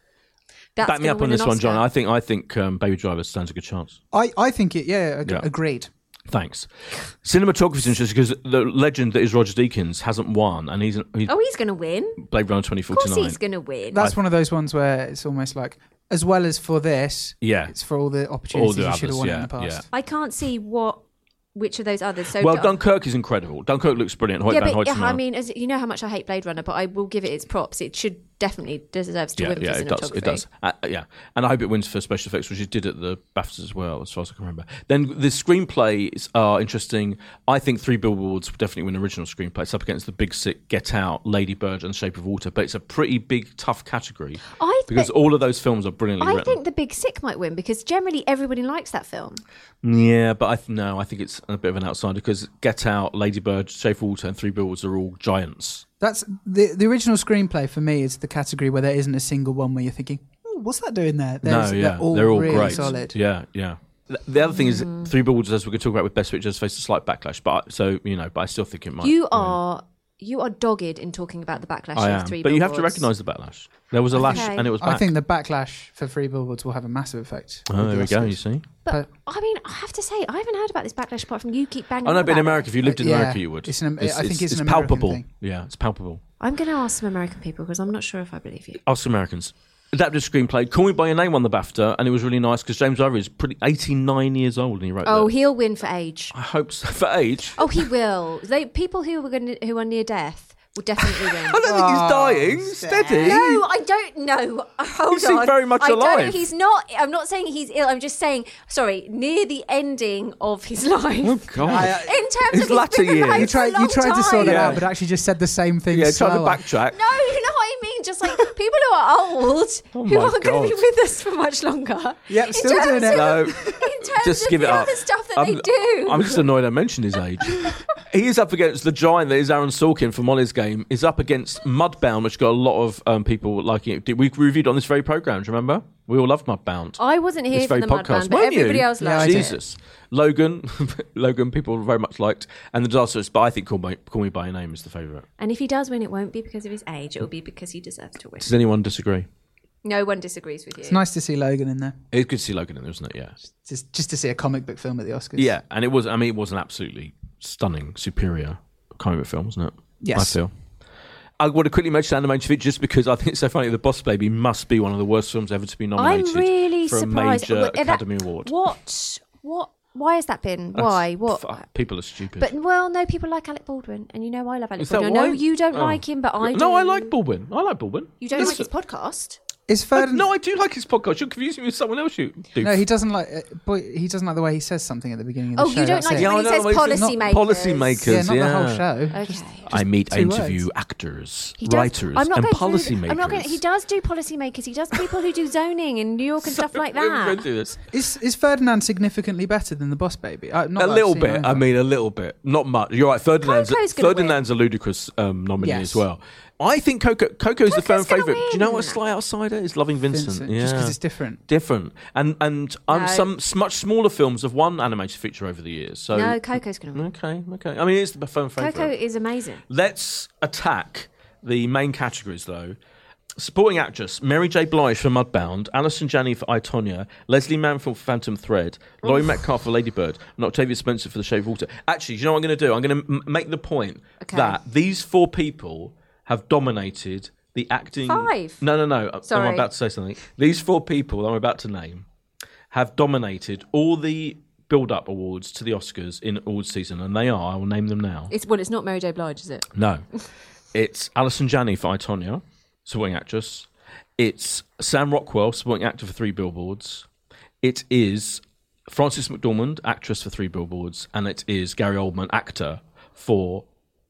S2: That's
S1: Back me
S2: gonna
S1: up
S2: win
S1: on
S2: an
S1: this one, John.
S2: Oscar.
S1: I think I think um, Baby Driver stands a good chance.
S3: I, I think it. Yeah, ag-
S1: Yeah.
S3: agreed.
S1: Thanks. Cinematography is interesting because the legend that is Roger Deakins hasn't won, and he's, he's
S2: Oh, he's going to win. Of
S1: Blade Runner twenty
S2: course,
S1: forty
S2: he's
S1: nine.
S2: going to win.
S3: That's one of those ones where it's almost like, as well as for this,
S1: Yeah.
S3: it's for all the opportunities
S1: the
S3: you should have
S1: others,
S3: won in
S1: yeah,
S3: the past.
S2: I can't see what which of those others. So
S1: Well,
S2: Dun-
S1: Dunkirk is incredible. Dunkirk looks brilliant. Hoyt
S2: Yeah,
S1: Van
S2: but yeah,
S1: Hoytema.
S2: I mean, as, you know how much I hate Blade Runner, but I will give it its props. It should definitely deserves to
S1: yeah,
S2: win for
S1: yeah, it does.
S2: cinematography.
S1: It does. Uh, yeah, and I hope it wins for special effects, which it did at the BAFTAs as well, as far as I can remember. Then the screenplays are interesting. I think Three Billboards will definitely win original screenplay. It's up against The Big Sick, Get Out, Lady Bird, and Shape of Water, but it's a pretty big, tough category
S2: I
S1: because
S2: thi-
S1: all of those films are brilliantly
S2: I
S1: written.
S2: think The Big Sick might win because generally everybody likes that film.
S1: Yeah, but I th- no, I think it's a bit of an outsider because Get Out, Lady Bird, Shape of Water, and Three Billboards are all giants.
S3: That's the the original screenplay for me is the category where there isn't a single one where you're thinking, "Ooh, what's that doing there? There's-
S1: no, yeah,
S3: they're all, really
S1: great.
S3: solid. Mm-hmm.
S1: Yeah, yeah. Th- The other thing is three billboards, as we could talk about with Best Picture, has faced a slight backlash. But I- so you know, but I still think it might.
S2: You are you are dogged in talking about the backlash
S1: I
S2: of
S1: am,
S2: three
S1: but you have to
S2: Billboards.
S1: recognise the backlash. There was a lash,
S2: Okay.
S1: and it was back.
S3: I think the backlash for Free Billboards will have a massive effect.
S1: Oh,
S3: with
S1: there
S3: the
S1: we go.
S3: Oscars.
S1: You see.
S2: But I mean, I have to say, I haven't heard about this backlash apart from you keep banging.
S1: Oh
S2: on
S1: no, but in
S2: about
S1: America, if you lived in
S3: Yeah.
S1: America, you would.
S3: It's an- I think it's an American
S1: palpable.
S3: thing.
S1: Yeah, it's palpable.
S2: it. I'm going to ask some American people because I'm not sure if I believe you.
S1: Us Americans. Adapted screenplay. Call Me by Your Name won the BAFTA, and it was really nice because James Ivory is pretty eighty-nine years old, and he wrote.
S2: Oh,
S1: that.
S2: he'll win for age.
S1: I hope so. for age.
S2: Oh, he will. They people who were going who are near death will definitely win.
S1: I don't think he's dying. Steady.
S2: No, I don't know. Hold
S1: You seem
S2: on.
S1: very much
S2: I
S1: alive.
S2: Don't, he's not. I'm not saying he's ill. I'm just saying, sorry, near the ending of his life.
S1: Oh God.
S3: uh,
S2: In terms of
S1: His
S2: he's
S1: latter
S2: been alive
S1: years.
S3: You
S2: for
S3: tried
S2: a
S3: you
S2: long
S3: tried to sort it
S2: time.
S1: Yeah.
S3: out, but actually just said the same thing.
S1: yeah, try to
S3: slower.
S1: backtrack.
S2: No, you know what I mean. just like people who are old
S1: Oh
S2: who
S1: my
S2: aren't going to be
S1: God.
S2: with us for much longer.
S3: Yep,
S2: In
S3: still doing
S2: terms
S3: it.
S1: No.
S2: Of, in terms
S1: Just
S2: of
S1: give it
S2: the
S1: up.
S2: other stuff that
S1: I'm,
S2: they do.
S1: I'm just annoyed I mentioned his age. he is up against the giant that is Aaron Sorkin from Ollie's Game. Is up against Mudbound, which got a lot of um, people liking it. Did- We reviewed it on this very program. Do you remember? We all loved Mudbound.
S2: I wasn't here
S1: this very
S2: for the
S1: podcast.
S2: Mudbound, but
S1: Weren't you?
S2: everybody else liked it.
S1: Jesus. Logan, Logan, people very much liked, and the disastrous. But I think Call, by, Call Me by Your Name is the favourite.
S2: And if he does win, it won't be because of his age. It'll be because he deserves to win.
S1: Does anyone disagree?
S2: No one disagrees with you.
S3: It's nice to see Logan in there.
S1: It's good to see Logan in there, isn't it? Yeah.
S3: Just, just to see a comic book film at the Oscars.
S1: Yeah, and it was. I mean, it was an absolutely stunning, superior comic book film, wasn't it?
S3: Yes.
S1: I feel. I want to quickly mention Animated Feature just because I think it's so funny. The Boss Baby must be one of the worst films ever to be
S2: I'm
S1: nominated
S2: really
S1: for
S2: surprised.
S1: a major
S2: Well, that-
S1: Academy Award.
S2: What? What? Why has that been?
S1: That's-
S2: Why? What?
S1: f- people are stupid.
S2: But well, no, people like Alec Baldwin, and you know I love Alec
S1: Mm. Is that
S2: Baldwin.
S1: why?
S2: I know you don't
S1: Oh.
S2: like him, but I do.
S1: no, I like Baldwin. I like Baldwin.
S2: You don't like
S1: Listen-
S2: his podcast.
S3: Is
S1: I-
S3: Ferdinand?
S1: no, I do like his podcast. You're confusing me with someone else. You do.
S3: No, he doesn't like. Uh, boy, he doesn't like the way he says something at the beginning of the
S2: Oh,
S3: show.
S2: you don't
S3: that's
S2: like
S3: it.
S1: Yeah,
S2: when
S1: I
S2: he says
S1: know, but it's
S2: policy
S1: not policymakers.
S3: yeah, not
S1: yeah.
S3: the whole show.
S2: Okay.
S1: I meet, I
S3: two
S1: interview
S3: words.
S1: actors,
S2: He does-
S1: writers,
S2: I'm not
S1: and
S2: going through the-
S1: policymakers.
S2: I'm not going. He does do policymakers. He does people who do zoning in New York and stuff like
S1: We're gonna
S2: that.
S1: do this.
S3: Is is Ferdinand significantly better than the Boss Baby? I, not
S1: a
S3: that I've
S1: little
S3: seen
S1: bit.
S3: either.
S1: I mean, a little bit. Not much. You're right. Ferdinand's
S2: Coco's gonna
S1: Ferdinand's a ludicrous um, nominee
S3: Yes.
S1: as well. I think Coco Coco's the firm
S2: Coco's gonna
S1: favourite. Do you know what?
S2: win.
S1: Sly outsider is loving Vincent.
S3: Vincent,
S1: Yeah.
S3: just because it's different.
S1: different. And and um,
S2: No.
S1: some s- much smaller films have won animated feature over the years. So
S2: No, Coco's going to win.
S1: okay, okay. I mean, it's the firm favourite.
S2: Coco is amazing.
S1: Let's attack the main categories though. Supporting actress Mary J. Blige for Mudbound, Alison Janney for I, Tonya, Leslie Mann for Phantom Thread, Laurie Metcalf for Ladybird, and Octavia Spencer for The Shape of Water. Actually, do you know what I'm going to do? I'm going to m- make the point
S2: Okay.
S1: that these four people have dominated the acting.
S2: Five.
S1: No, no, no. I'm-
S2: Sorry.
S1: I'm about to say something. These four people that I'm about to name have dominated all the build-up awards to the Oscars in award season, and they are. I will name them now.
S2: It's well, it's not Mary J. Blige, is it?
S1: No. It's Alison Janney for Itonia, supporting actress. It's Sam Rockwell, supporting actor for Three Billboards. It is Frances McDormand, actress for Three Billboards. And it is Gary Oldman, actor for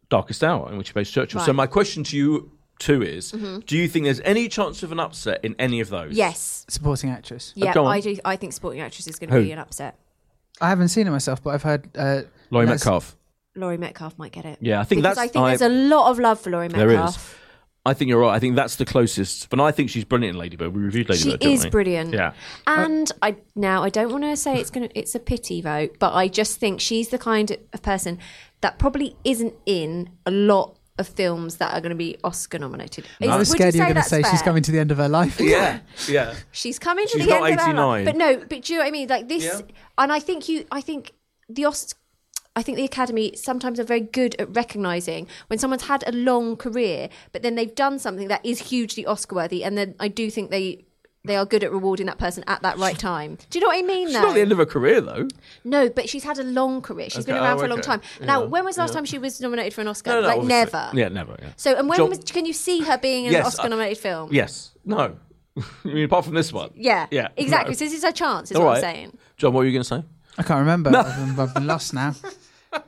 S1: Darkest Hour, in which he plays Churchill. So
S2: Right. Mm-hmm.
S1: my question to you two is, do you think there's any chance of an upset in any of those?
S2: Yes.
S3: Supporting actress.
S2: Yeah,
S1: Uh, go on.
S2: I do. I think supporting actress is going
S1: Who?
S2: to be an upset.
S3: I haven't seen it myself, but I've heard. Uh,
S1: Laurie
S3: that's-
S1: Metcalf.
S2: Laurie Metcalf might get it.
S1: Yeah, I think
S2: because
S1: that's-
S2: I think
S1: I-
S2: there's a lot of love for Laurie
S1: There
S2: Metcalf.
S1: is. I think you're right. I think that's the closest. But I think she's brilliant in Ladybird. We reviewed
S2: She
S1: Ladybird. didn't
S2: is
S1: we?
S2: brilliant.
S1: Yeah.
S2: And I now I don't want to say it's gonna it's a pity vote, but I just think she's the kind of person that probably isn't in a lot of films that are going to be Oscar nominated. Is-
S3: I was
S2: would
S3: scared you were going to
S2: that's
S3: say she's
S2: fair?
S3: coming to the end of her life.
S1: Yeah. Yeah.
S2: She's coming to
S1: She's
S2: the
S1: not
S2: end of her
S1: 89.
S2: life. But no, but do you know what I mean? Like this,
S1: Yeah.
S2: and I think you, I think the Os- I think the Academy sometimes are very good at recognizing when someone's had a long career, but then they've done something that is hugely Oscar worthy, and then I do think they. They are good at rewarding that person at that right time. Do you know what I mean?
S1: It's
S2: though?
S1: not the end of her career, though.
S2: No, but she's had a long career. She's been
S1: Okay,
S2: around
S1: oh,
S2: for a long
S1: okay.
S2: time. Now,
S1: Yeah,
S2: when was the last
S1: yeah.
S2: time she was nominated for an Oscar?
S1: No, no,
S2: like
S1: obviously.
S2: never.
S1: Yeah, never. Yeah.
S2: So, and when
S1: John-
S2: was, can you see her being in
S1: Yes,
S2: an Oscar nominated film?
S1: Yes. No. I mean, apart from this one.
S2: Yeah.
S1: Yeah.
S2: Exactly.
S1: No.
S2: So this is her chance, is
S1: All
S2: what
S1: right.
S2: I'm saying.
S1: John, what were you going to say?
S3: I can't remember. I've, been, I've been lost now.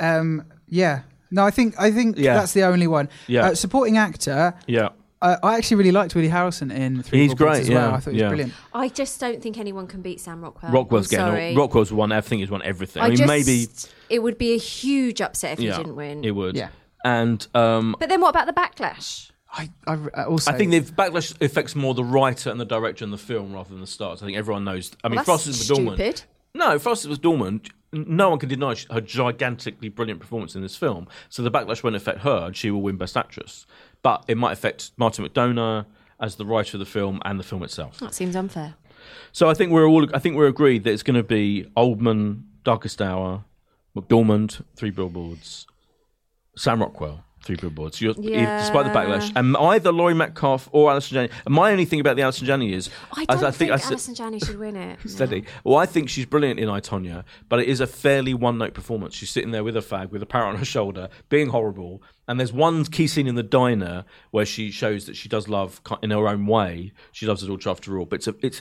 S3: Um, yeah. No, I think I think
S1: Yeah.
S3: that's the only one.
S1: Yeah.
S3: Uh, supporting actor.
S1: Yeah.
S3: Uh, I actually really liked Woody Harrelson in Three
S1: He's
S3: Billboards
S1: great,
S3: as well.
S1: yeah,
S3: I thought he was
S1: yeah.
S3: brilliant.
S2: I just don't think anyone can beat Sam Rockwell.
S1: Rockwell's
S2: Uh, I'm
S1: getting
S2: sorry.
S1: all, Rockwell's won. I think he's won everything. I,
S2: I
S1: mean,
S2: just,
S1: maybe.
S2: it would be a huge upset if
S1: Yeah.
S2: he didn't win.
S1: It would.
S3: Yeah.
S1: And um,
S2: But then what about the backlash?
S3: I, I re- I also
S1: I think the backlash affects more the writer and the director and the film rather than the stars. I think everyone knows. I mean,
S2: Well, that's
S1: Frances McDormand.
S2: stupid.
S1: No, Frances McDormand. No one can deny sh- her gigantically brilliant performance in this film. So the backlash won't affect her, and she will win Best Actress. But it might affect Martin McDonough as the writer of the film and the film itself.
S2: That seems unfair.
S1: So I think we're all. I think we're agreed that it's going to be Oldman, Darkest Hour, McDormand, Three Billboards, Sam Rockwell, Three Billboards. You're,
S2: Yeah.
S1: Despite the backlash, and either Laurie Metcalf or Alison Janney. And my only thing about the Alison Janney is,
S2: I don't think,
S1: said-
S2: Alison Janney should win it. No.
S1: Steady. Well, I think she's brilliant in I, Tonya, but it is a fairly one note performance. She's sitting there with a fag, with a parrot on her shoulder, being horrible. And there's one key scene in the diner where she shows that she does love ki- in her own way. She loves adultery after all. But it's a, it's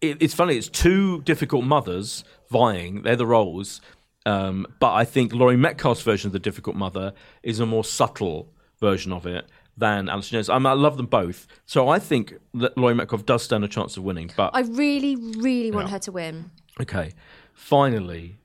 S1: it, it's funny. It's two difficult mothers vying. They're the roles. Um, but I think Laurie Metcalf's version of the difficult mother is a more subtle version of it. than Alice Jones. I, mean, I love them both, so I think that Laurie Metcalf does stand a chance of winning. But
S2: I really, really want
S1: Yeah.
S2: her to win.
S1: okay, finally,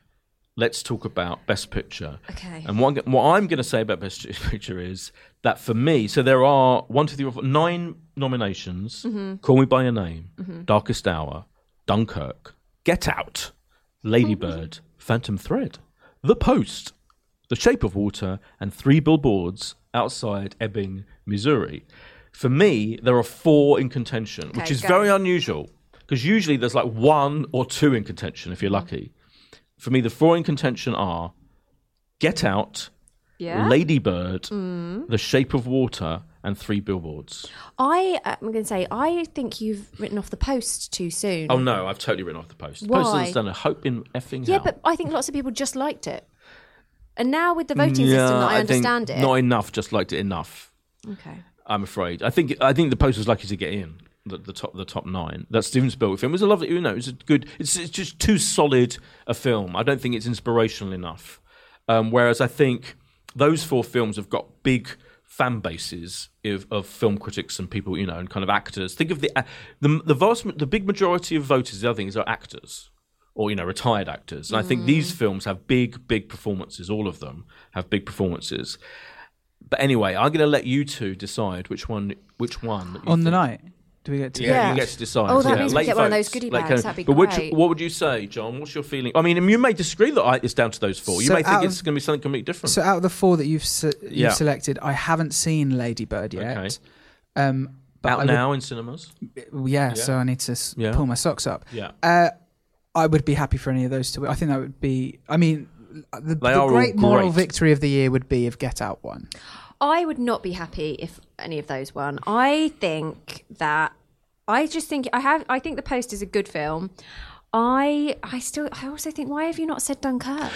S1: let's talk about Best Picture.
S2: Okay.
S1: And what, I'm- what I'm going to say about Best Picture is that for me, so there are one, two, three, four, five- nine nominations Call Me By Your Name, Darkest Hour, Dunkirk, Get Out, Ladybird, Phantom Thread, The Post, The Shape of Water, and Three Billboards Outside Ebbing, Missouri. For me, there are four in contention, which
S2: Okay,
S1: is
S2: go.
S1: very unusual because usually there's like one or two in contention if you're lucky. For me, the four in contention are Get Out,
S2: Yeah. Mm.
S1: Ladybird, The Shape of Water, and Three Billboards.
S2: I am going to say I think you've written off the post too soon.
S1: Oh no, I've totally written off the post. The post
S2: Why?
S1: has done a hope in effing
S2: yeah,
S1: hell.
S2: but I think lots of people just liked it. And now with the voting system, that I,
S1: think
S2: understand it.
S1: Not enough, just liked it enough.
S2: okay.
S1: I'm afraid. I think I think the post was lucky to get in the, the top the top nine. That Steven Spielberg film It was a lovely. You know, it's a good. It's, it's just too solid a film. I don't think it's inspirational enough. Um, whereas I think those four films have got big fan bases of, of film critics and people you know and kind of actors. Think of the uh, the the vast the big majority of voters. The other thing is are actors or you know retired actors. And I think these films have big big performances. All of them have big performances. But anyway, I'm going to let you two decide which one. Which one? That you
S3: On the
S1: think-
S3: night, do we get to?
S1: Yeah,
S2: Yeah.
S1: you get to decide.
S2: Oh, that
S1: yeah.
S2: means we
S1: Late
S2: get one of those
S1: votes,
S2: goodie
S1: late
S2: bags.
S1: votes.
S2: That'd be
S1: but
S2: great.
S1: Which, what would you say, John? What's your feeling? I mean, and you may disagree that I, it's down to those four. You
S3: So
S1: may think
S3: out of-
S1: it's going to be something completely different.
S3: So out of the four that you've se-
S1: Yeah.
S3: you've selected, I haven't seen Ladybird yet.
S1: Okay.
S3: Um, but
S1: Out
S3: I
S1: now in cinemas.
S3: Would, yeah, so I need to s-
S1: Yeah.
S3: pull my socks up.
S1: Yeah.
S3: Uh, I would be happy for any of those to. win. I think that would be. I mean, uh,
S1: They
S3: the, the
S1: are all
S3: great moral
S1: great.
S3: victory of the year would be if Get Out won.
S2: I would not be happy if any of those won. I think that I just think I have. I think The Post is a good film. I I still I also think why have you not said Dunkirk?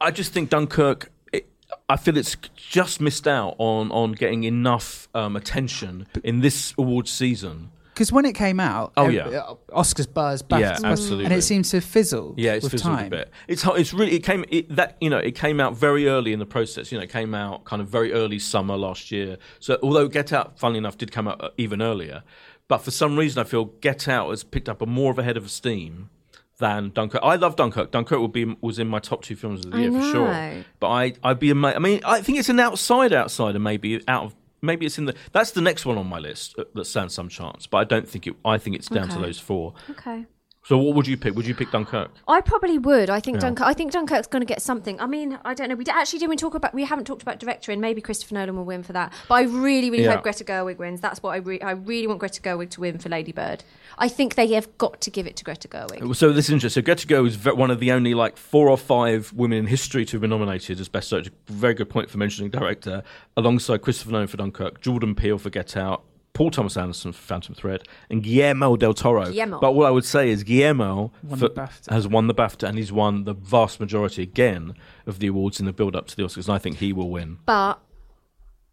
S1: I just think Dunkirk. It, I feel it's just missed out on on getting enough um, attention in this awards season.
S3: Because when it came out,
S1: Oh,
S3: ev-
S1: yeah.
S3: uh, Oscars buzz, BAFTAs,
S1: Yeah,
S3: buzz, and
S1: absolutely.
S3: it seems to fizzle.
S1: Yeah, it's
S3: with
S1: fizzled
S3: time.
S1: a bit. It's ho- it's really it came it, that you know it came out very early in the process. You know, it came out kind of very early summer last year. So although Get Out, funnily enough, did come out uh, even earlier, but for some reason I feel Get Out has picked up a more of a head of steam than Dunkirk. I love Dunkirk. Dunkirk would be was in my top two films of the
S2: I
S1: year for
S2: know.
S1: sure. But I I'd be amazed. I mean, I think it's an outside outsider maybe out of. Maybe it's in the. That's the next one on my list uh, that stands some chance, but I don't think it. I think it's down to
S2: Okay.
S1: those four.
S2: Okay.
S1: So, what would you pick? Would you pick Dunkirk?
S2: I probably would. I think Dunkirk. I think Dunkirk's going to get something. I mean, I don't know. We d- actually didn't talk about. We haven't talked about director, and maybe Christopher Nolan will win for that. But I really, really
S1: Yeah.
S2: hope Greta Gerwig wins. That's what I. Re- I really want Greta Gerwig to win for Lady Bird. I think they have got to give it to Greta Gerwig.
S1: So this is interesting. So Greta Gerwig is ve- one of the only like four or five women in history to have been nominated as best director. Very good point for mentioning director, alongside Christopher Nolan for Dunkirk, Jordan Peele for Get Out, Paul Thomas Anderson for Phantom Thread, and Guillermo del Toro.
S2: Guillermo.
S1: But what I would say is Guillermo
S3: Won
S1: for-
S3: the BAFTA.
S1: has won the BAFTA, and he's won the vast majority again of the awards in the build-up to the Oscars. And I think he will win.
S2: but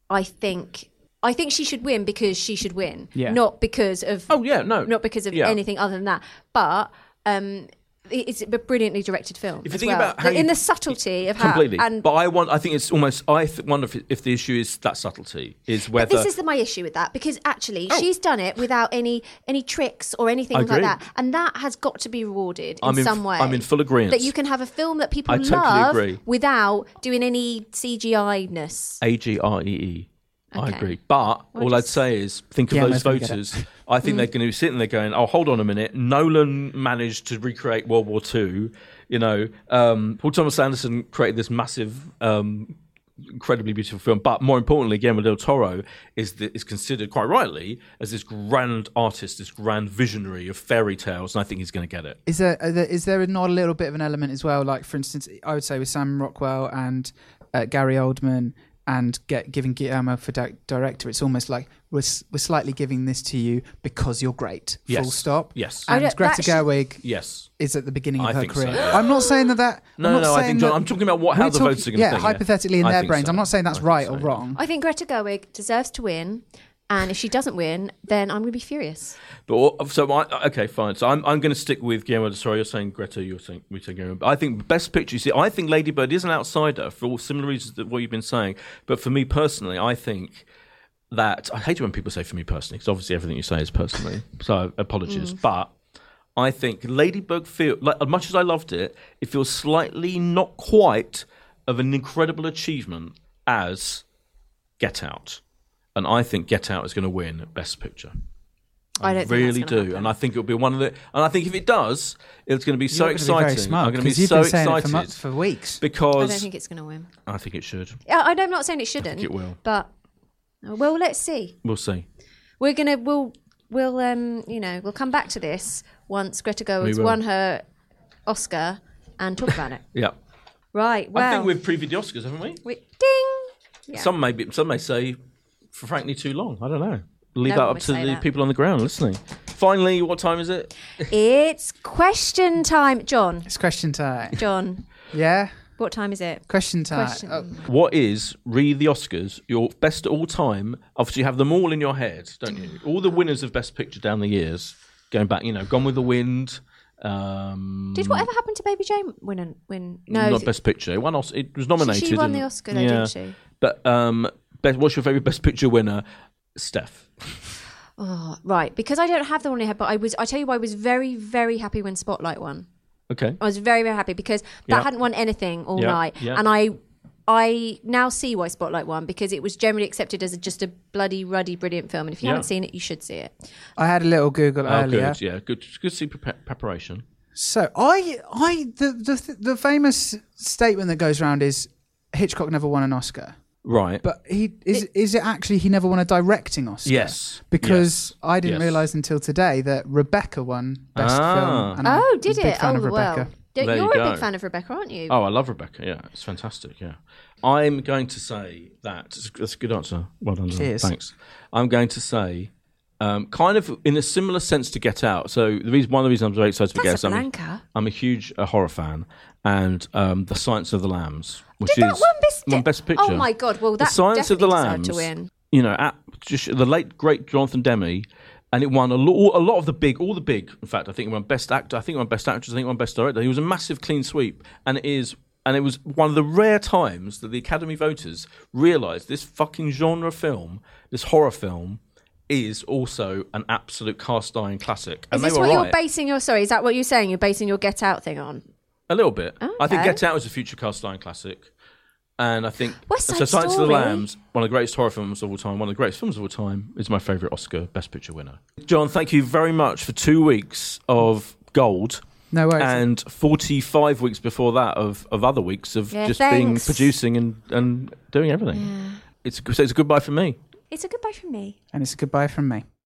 S2: I think I think she should win because she should win,
S3: Yeah.
S2: not because of
S1: Oh yeah, no,
S2: not because of
S1: yeah.
S2: anything other than that. But um, it- it's a brilliantly directed film.
S1: If you
S2: as
S1: think
S2: well.
S1: about how
S2: in
S1: you-
S2: the subtlety of
S1: Completely,
S2: how and
S1: but I want. I think it's almost. I th- wonder if, if the issue is that subtlety is whether
S2: this is the, my issue with that because actually she's done it without any any tricks or anything
S1: Oh. I
S2: like
S1: agree.
S2: that, and that has got to be rewarded in
S1: I'm in
S2: some
S1: f-
S2: way.
S1: I'm in full agreement.
S2: that you can have a film that people
S1: I totally
S2: love
S1: agree.
S2: without doing any CGI ness.
S1: A G R E E. I
S2: Okay.
S1: agree. But all I'd
S2: just-
S1: say is think of
S3: Yeah,
S1: those
S3: Mo's gonna get
S1: voters. I think they're going to be sitting there going, oh, hold on a minute. Nolan managed to recreate World War II. You know, um, Paul Thomas Anderson created this massive, um, incredibly beautiful film. But more importantly, Guillermo del Toro is, the, is considered, quite rightly, as this grand artist, this grand visionary of fairy tales. And I think he's going to get it.
S3: Is there, are there is there not a little bit of an element as well? Like for instance, I would say with Sam Rockwell and uh, Gary Oldman and get, giving Guillermo for di- director, it's almost like we're, s- we're slightly giving this to you because you're great.
S1: Yes.
S3: Full stop.
S1: Yes.
S2: I
S3: And
S2: don't-
S3: Greta
S2: that sh-
S3: Gerwig
S1: Yes.
S3: is at the beginning
S1: I
S3: of her
S1: think so,
S3: career.
S1: yeah.
S3: I'm not saying that that. I'm
S1: No,
S3: not
S1: no, I
S3: saying
S1: think, John,
S3: that-
S1: I'm talking about what, how
S3: We're
S1: the
S3: talking-
S1: votes are going to
S3: yeah,
S1: think.
S3: hypothetically in
S1: I
S3: their
S1: think
S3: brains.
S1: so.
S3: I'm not saying
S1: I
S3: that's
S1: think
S3: right
S1: so,
S3: or
S1: yeah.
S3: wrong.
S2: I think Greta Gerwig deserves to win, and if she doesn't win, then I'm going to be furious.
S1: But all- so I, okay, fine. So I'm I'm going to stick with Guillermo. del Toro. you're saying Greta. You're saying we take Guillermo. I think best picture. You see, I think Lady Bird is an outsider for all similar reasons that what you've been saying. But for me personally, I think that I hate it when people say for me personally, because obviously everything you say is personally. so apologies, but I think Ladybug feel like as much as I loved it, it feels slightly not quite of an incredible achievement as Get Out, and I think Get Out is going to win Best Picture.
S2: I don't think
S1: really
S2: that's gonna
S1: do,
S2: happen.
S1: and I think it'll be one of the. And I think if it does, it's going to be so
S3: You're gonna be
S1: exciting.
S3: very smug,
S1: I'm going to be
S3: 'cause you've
S1: so
S3: been saying it
S1: excited
S3: for months- for weeks.
S1: because
S2: I don't think it's going to win.
S1: I think it should.
S2: Yeah, I- I'm not saying it shouldn't.
S1: it will.
S2: But uh, well, let's see.
S1: We'll see.
S2: We're gonna we'll we'll um you know we'll come back to this once Greta Gerwig's
S1: will.
S2: won her Oscar and talk about it.
S1: Yeah,
S2: Right. Well,
S1: I think we've previewed the Oscars, haven't we?
S2: we- ding. Yeah.
S1: Some may be, some may say, frankly, too long. I don't know. Leave
S2: No
S1: that
S2: one
S1: up
S2: would
S1: to
S2: say
S1: the
S2: that.
S1: people on the ground listening. Finally, what time is it?
S2: It's question time, John.
S3: It's question time.
S2: John,
S3: Yeah,
S2: what time is it?
S3: question time.
S2: Question.
S3: Oh,
S1: What is read the Oscars your best at all time? Obviously, you have them all in your head, don't you? All the winners of Best Picture down the years, going back, you know, Gone with the Wind. Um,
S2: Did whatever happened to Baby Jane win? an- Win? No.
S1: not
S2: is it-
S1: Best Picture. It won. Os- It was nominated.
S2: won
S1: and-
S2: the Oscar though,
S1: yeah.
S2: didn't she?
S1: But um, best, what's your favorite Best Picture winner? Steph.
S2: oh, right, because I don't have the one in head, but I was. I tell you, what, I was very, very happy when Spotlight won.
S1: Okay.
S2: I was very, very happy because that
S1: Yeah.
S2: hadn't won anything all
S1: Yeah,
S2: night,
S1: yeah.
S2: and I. I now see why Spotlight won because it was generally accepted as a, just a bloody ruddy brilliant film, and if you
S1: Yeah.
S2: haven't seen it, you should see it.
S3: I had a little Google
S1: Oh,
S3: earlier.
S1: good. Yeah, good. Good to see prepa- preparation.
S3: So I, I, the, the the famous statement that goes around is Hitchcock never won an Oscar,
S1: Right.
S3: but he is is it actually he never won a directing Oscar?
S1: yes.
S3: Because
S1: Yes.
S3: I didn't
S1: Yes.
S3: realize until today that Rebecca won best
S1: Ah.
S3: film. and Hmm. I'm
S2: Oh,
S3: a
S2: did
S3: big
S2: it?
S3: fan
S2: Oh,
S3: of
S2: well.
S3: Rebecca.
S2: Don't-
S1: There you
S2: You're a
S1: go.
S2: big fan of Rebecca, aren't you?
S1: Oh, I love Rebecca. Yeah, it's fantastic. Yeah, I'm going to say that that's a good answer. Well done. John.
S3: Cheers.
S1: Thanks. I'm going to say, um, kind of in a similar sense to Get Out. So the reason, one of the reasons I'm very excited for Get Out. is I'm,
S2: Casablanca?
S1: I'm a huge uh, horror fan, and um, the Science of the Lambs, which
S2: Did
S1: is
S2: that one best,
S1: won Best Picture.
S2: Oh my god! Well,
S1: the
S2: that
S1: Science of the
S2: definitely deserved
S1: Lambs.
S2: to win.
S1: You know, at, just the late great Jonathan Demme, and it won a lot, a lot of the big, all the big. In fact, I think it won Best Actor. I think it won Best Actress. I think it won Best Director. He was a massive clean sweep, and it is. And it was one of the rare times that the Academy voters realised this fucking genre film, this horror film, is also an absolute cast iron classic. And
S2: Is
S1: they
S2: this
S1: were
S2: what
S1: right.
S2: you're basing your sorry? Is that what you're saying? You're basing your Get Out thing on?
S1: A little bit. I think
S2: Okay.
S1: Get Out is a future cast iron classic. And I think
S2: West Side
S1: so Science of the
S2: Story.
S1: Lambs, one of the greatest horror films of all time, one of the greatest films of all time, is my favourite Oscar Best Picture winner. John, thank you very much for two weeks of gold.
S3: No worries.
S1: And forty five weeks before that of, of other weeks of
S2: Yeah,
S1: just being
S2: thanks.
S1: producing and, and doing everything. It's so it's a goodbye for me.
S2: It's a goodbye from me.
S3: and it's a goodbye from me.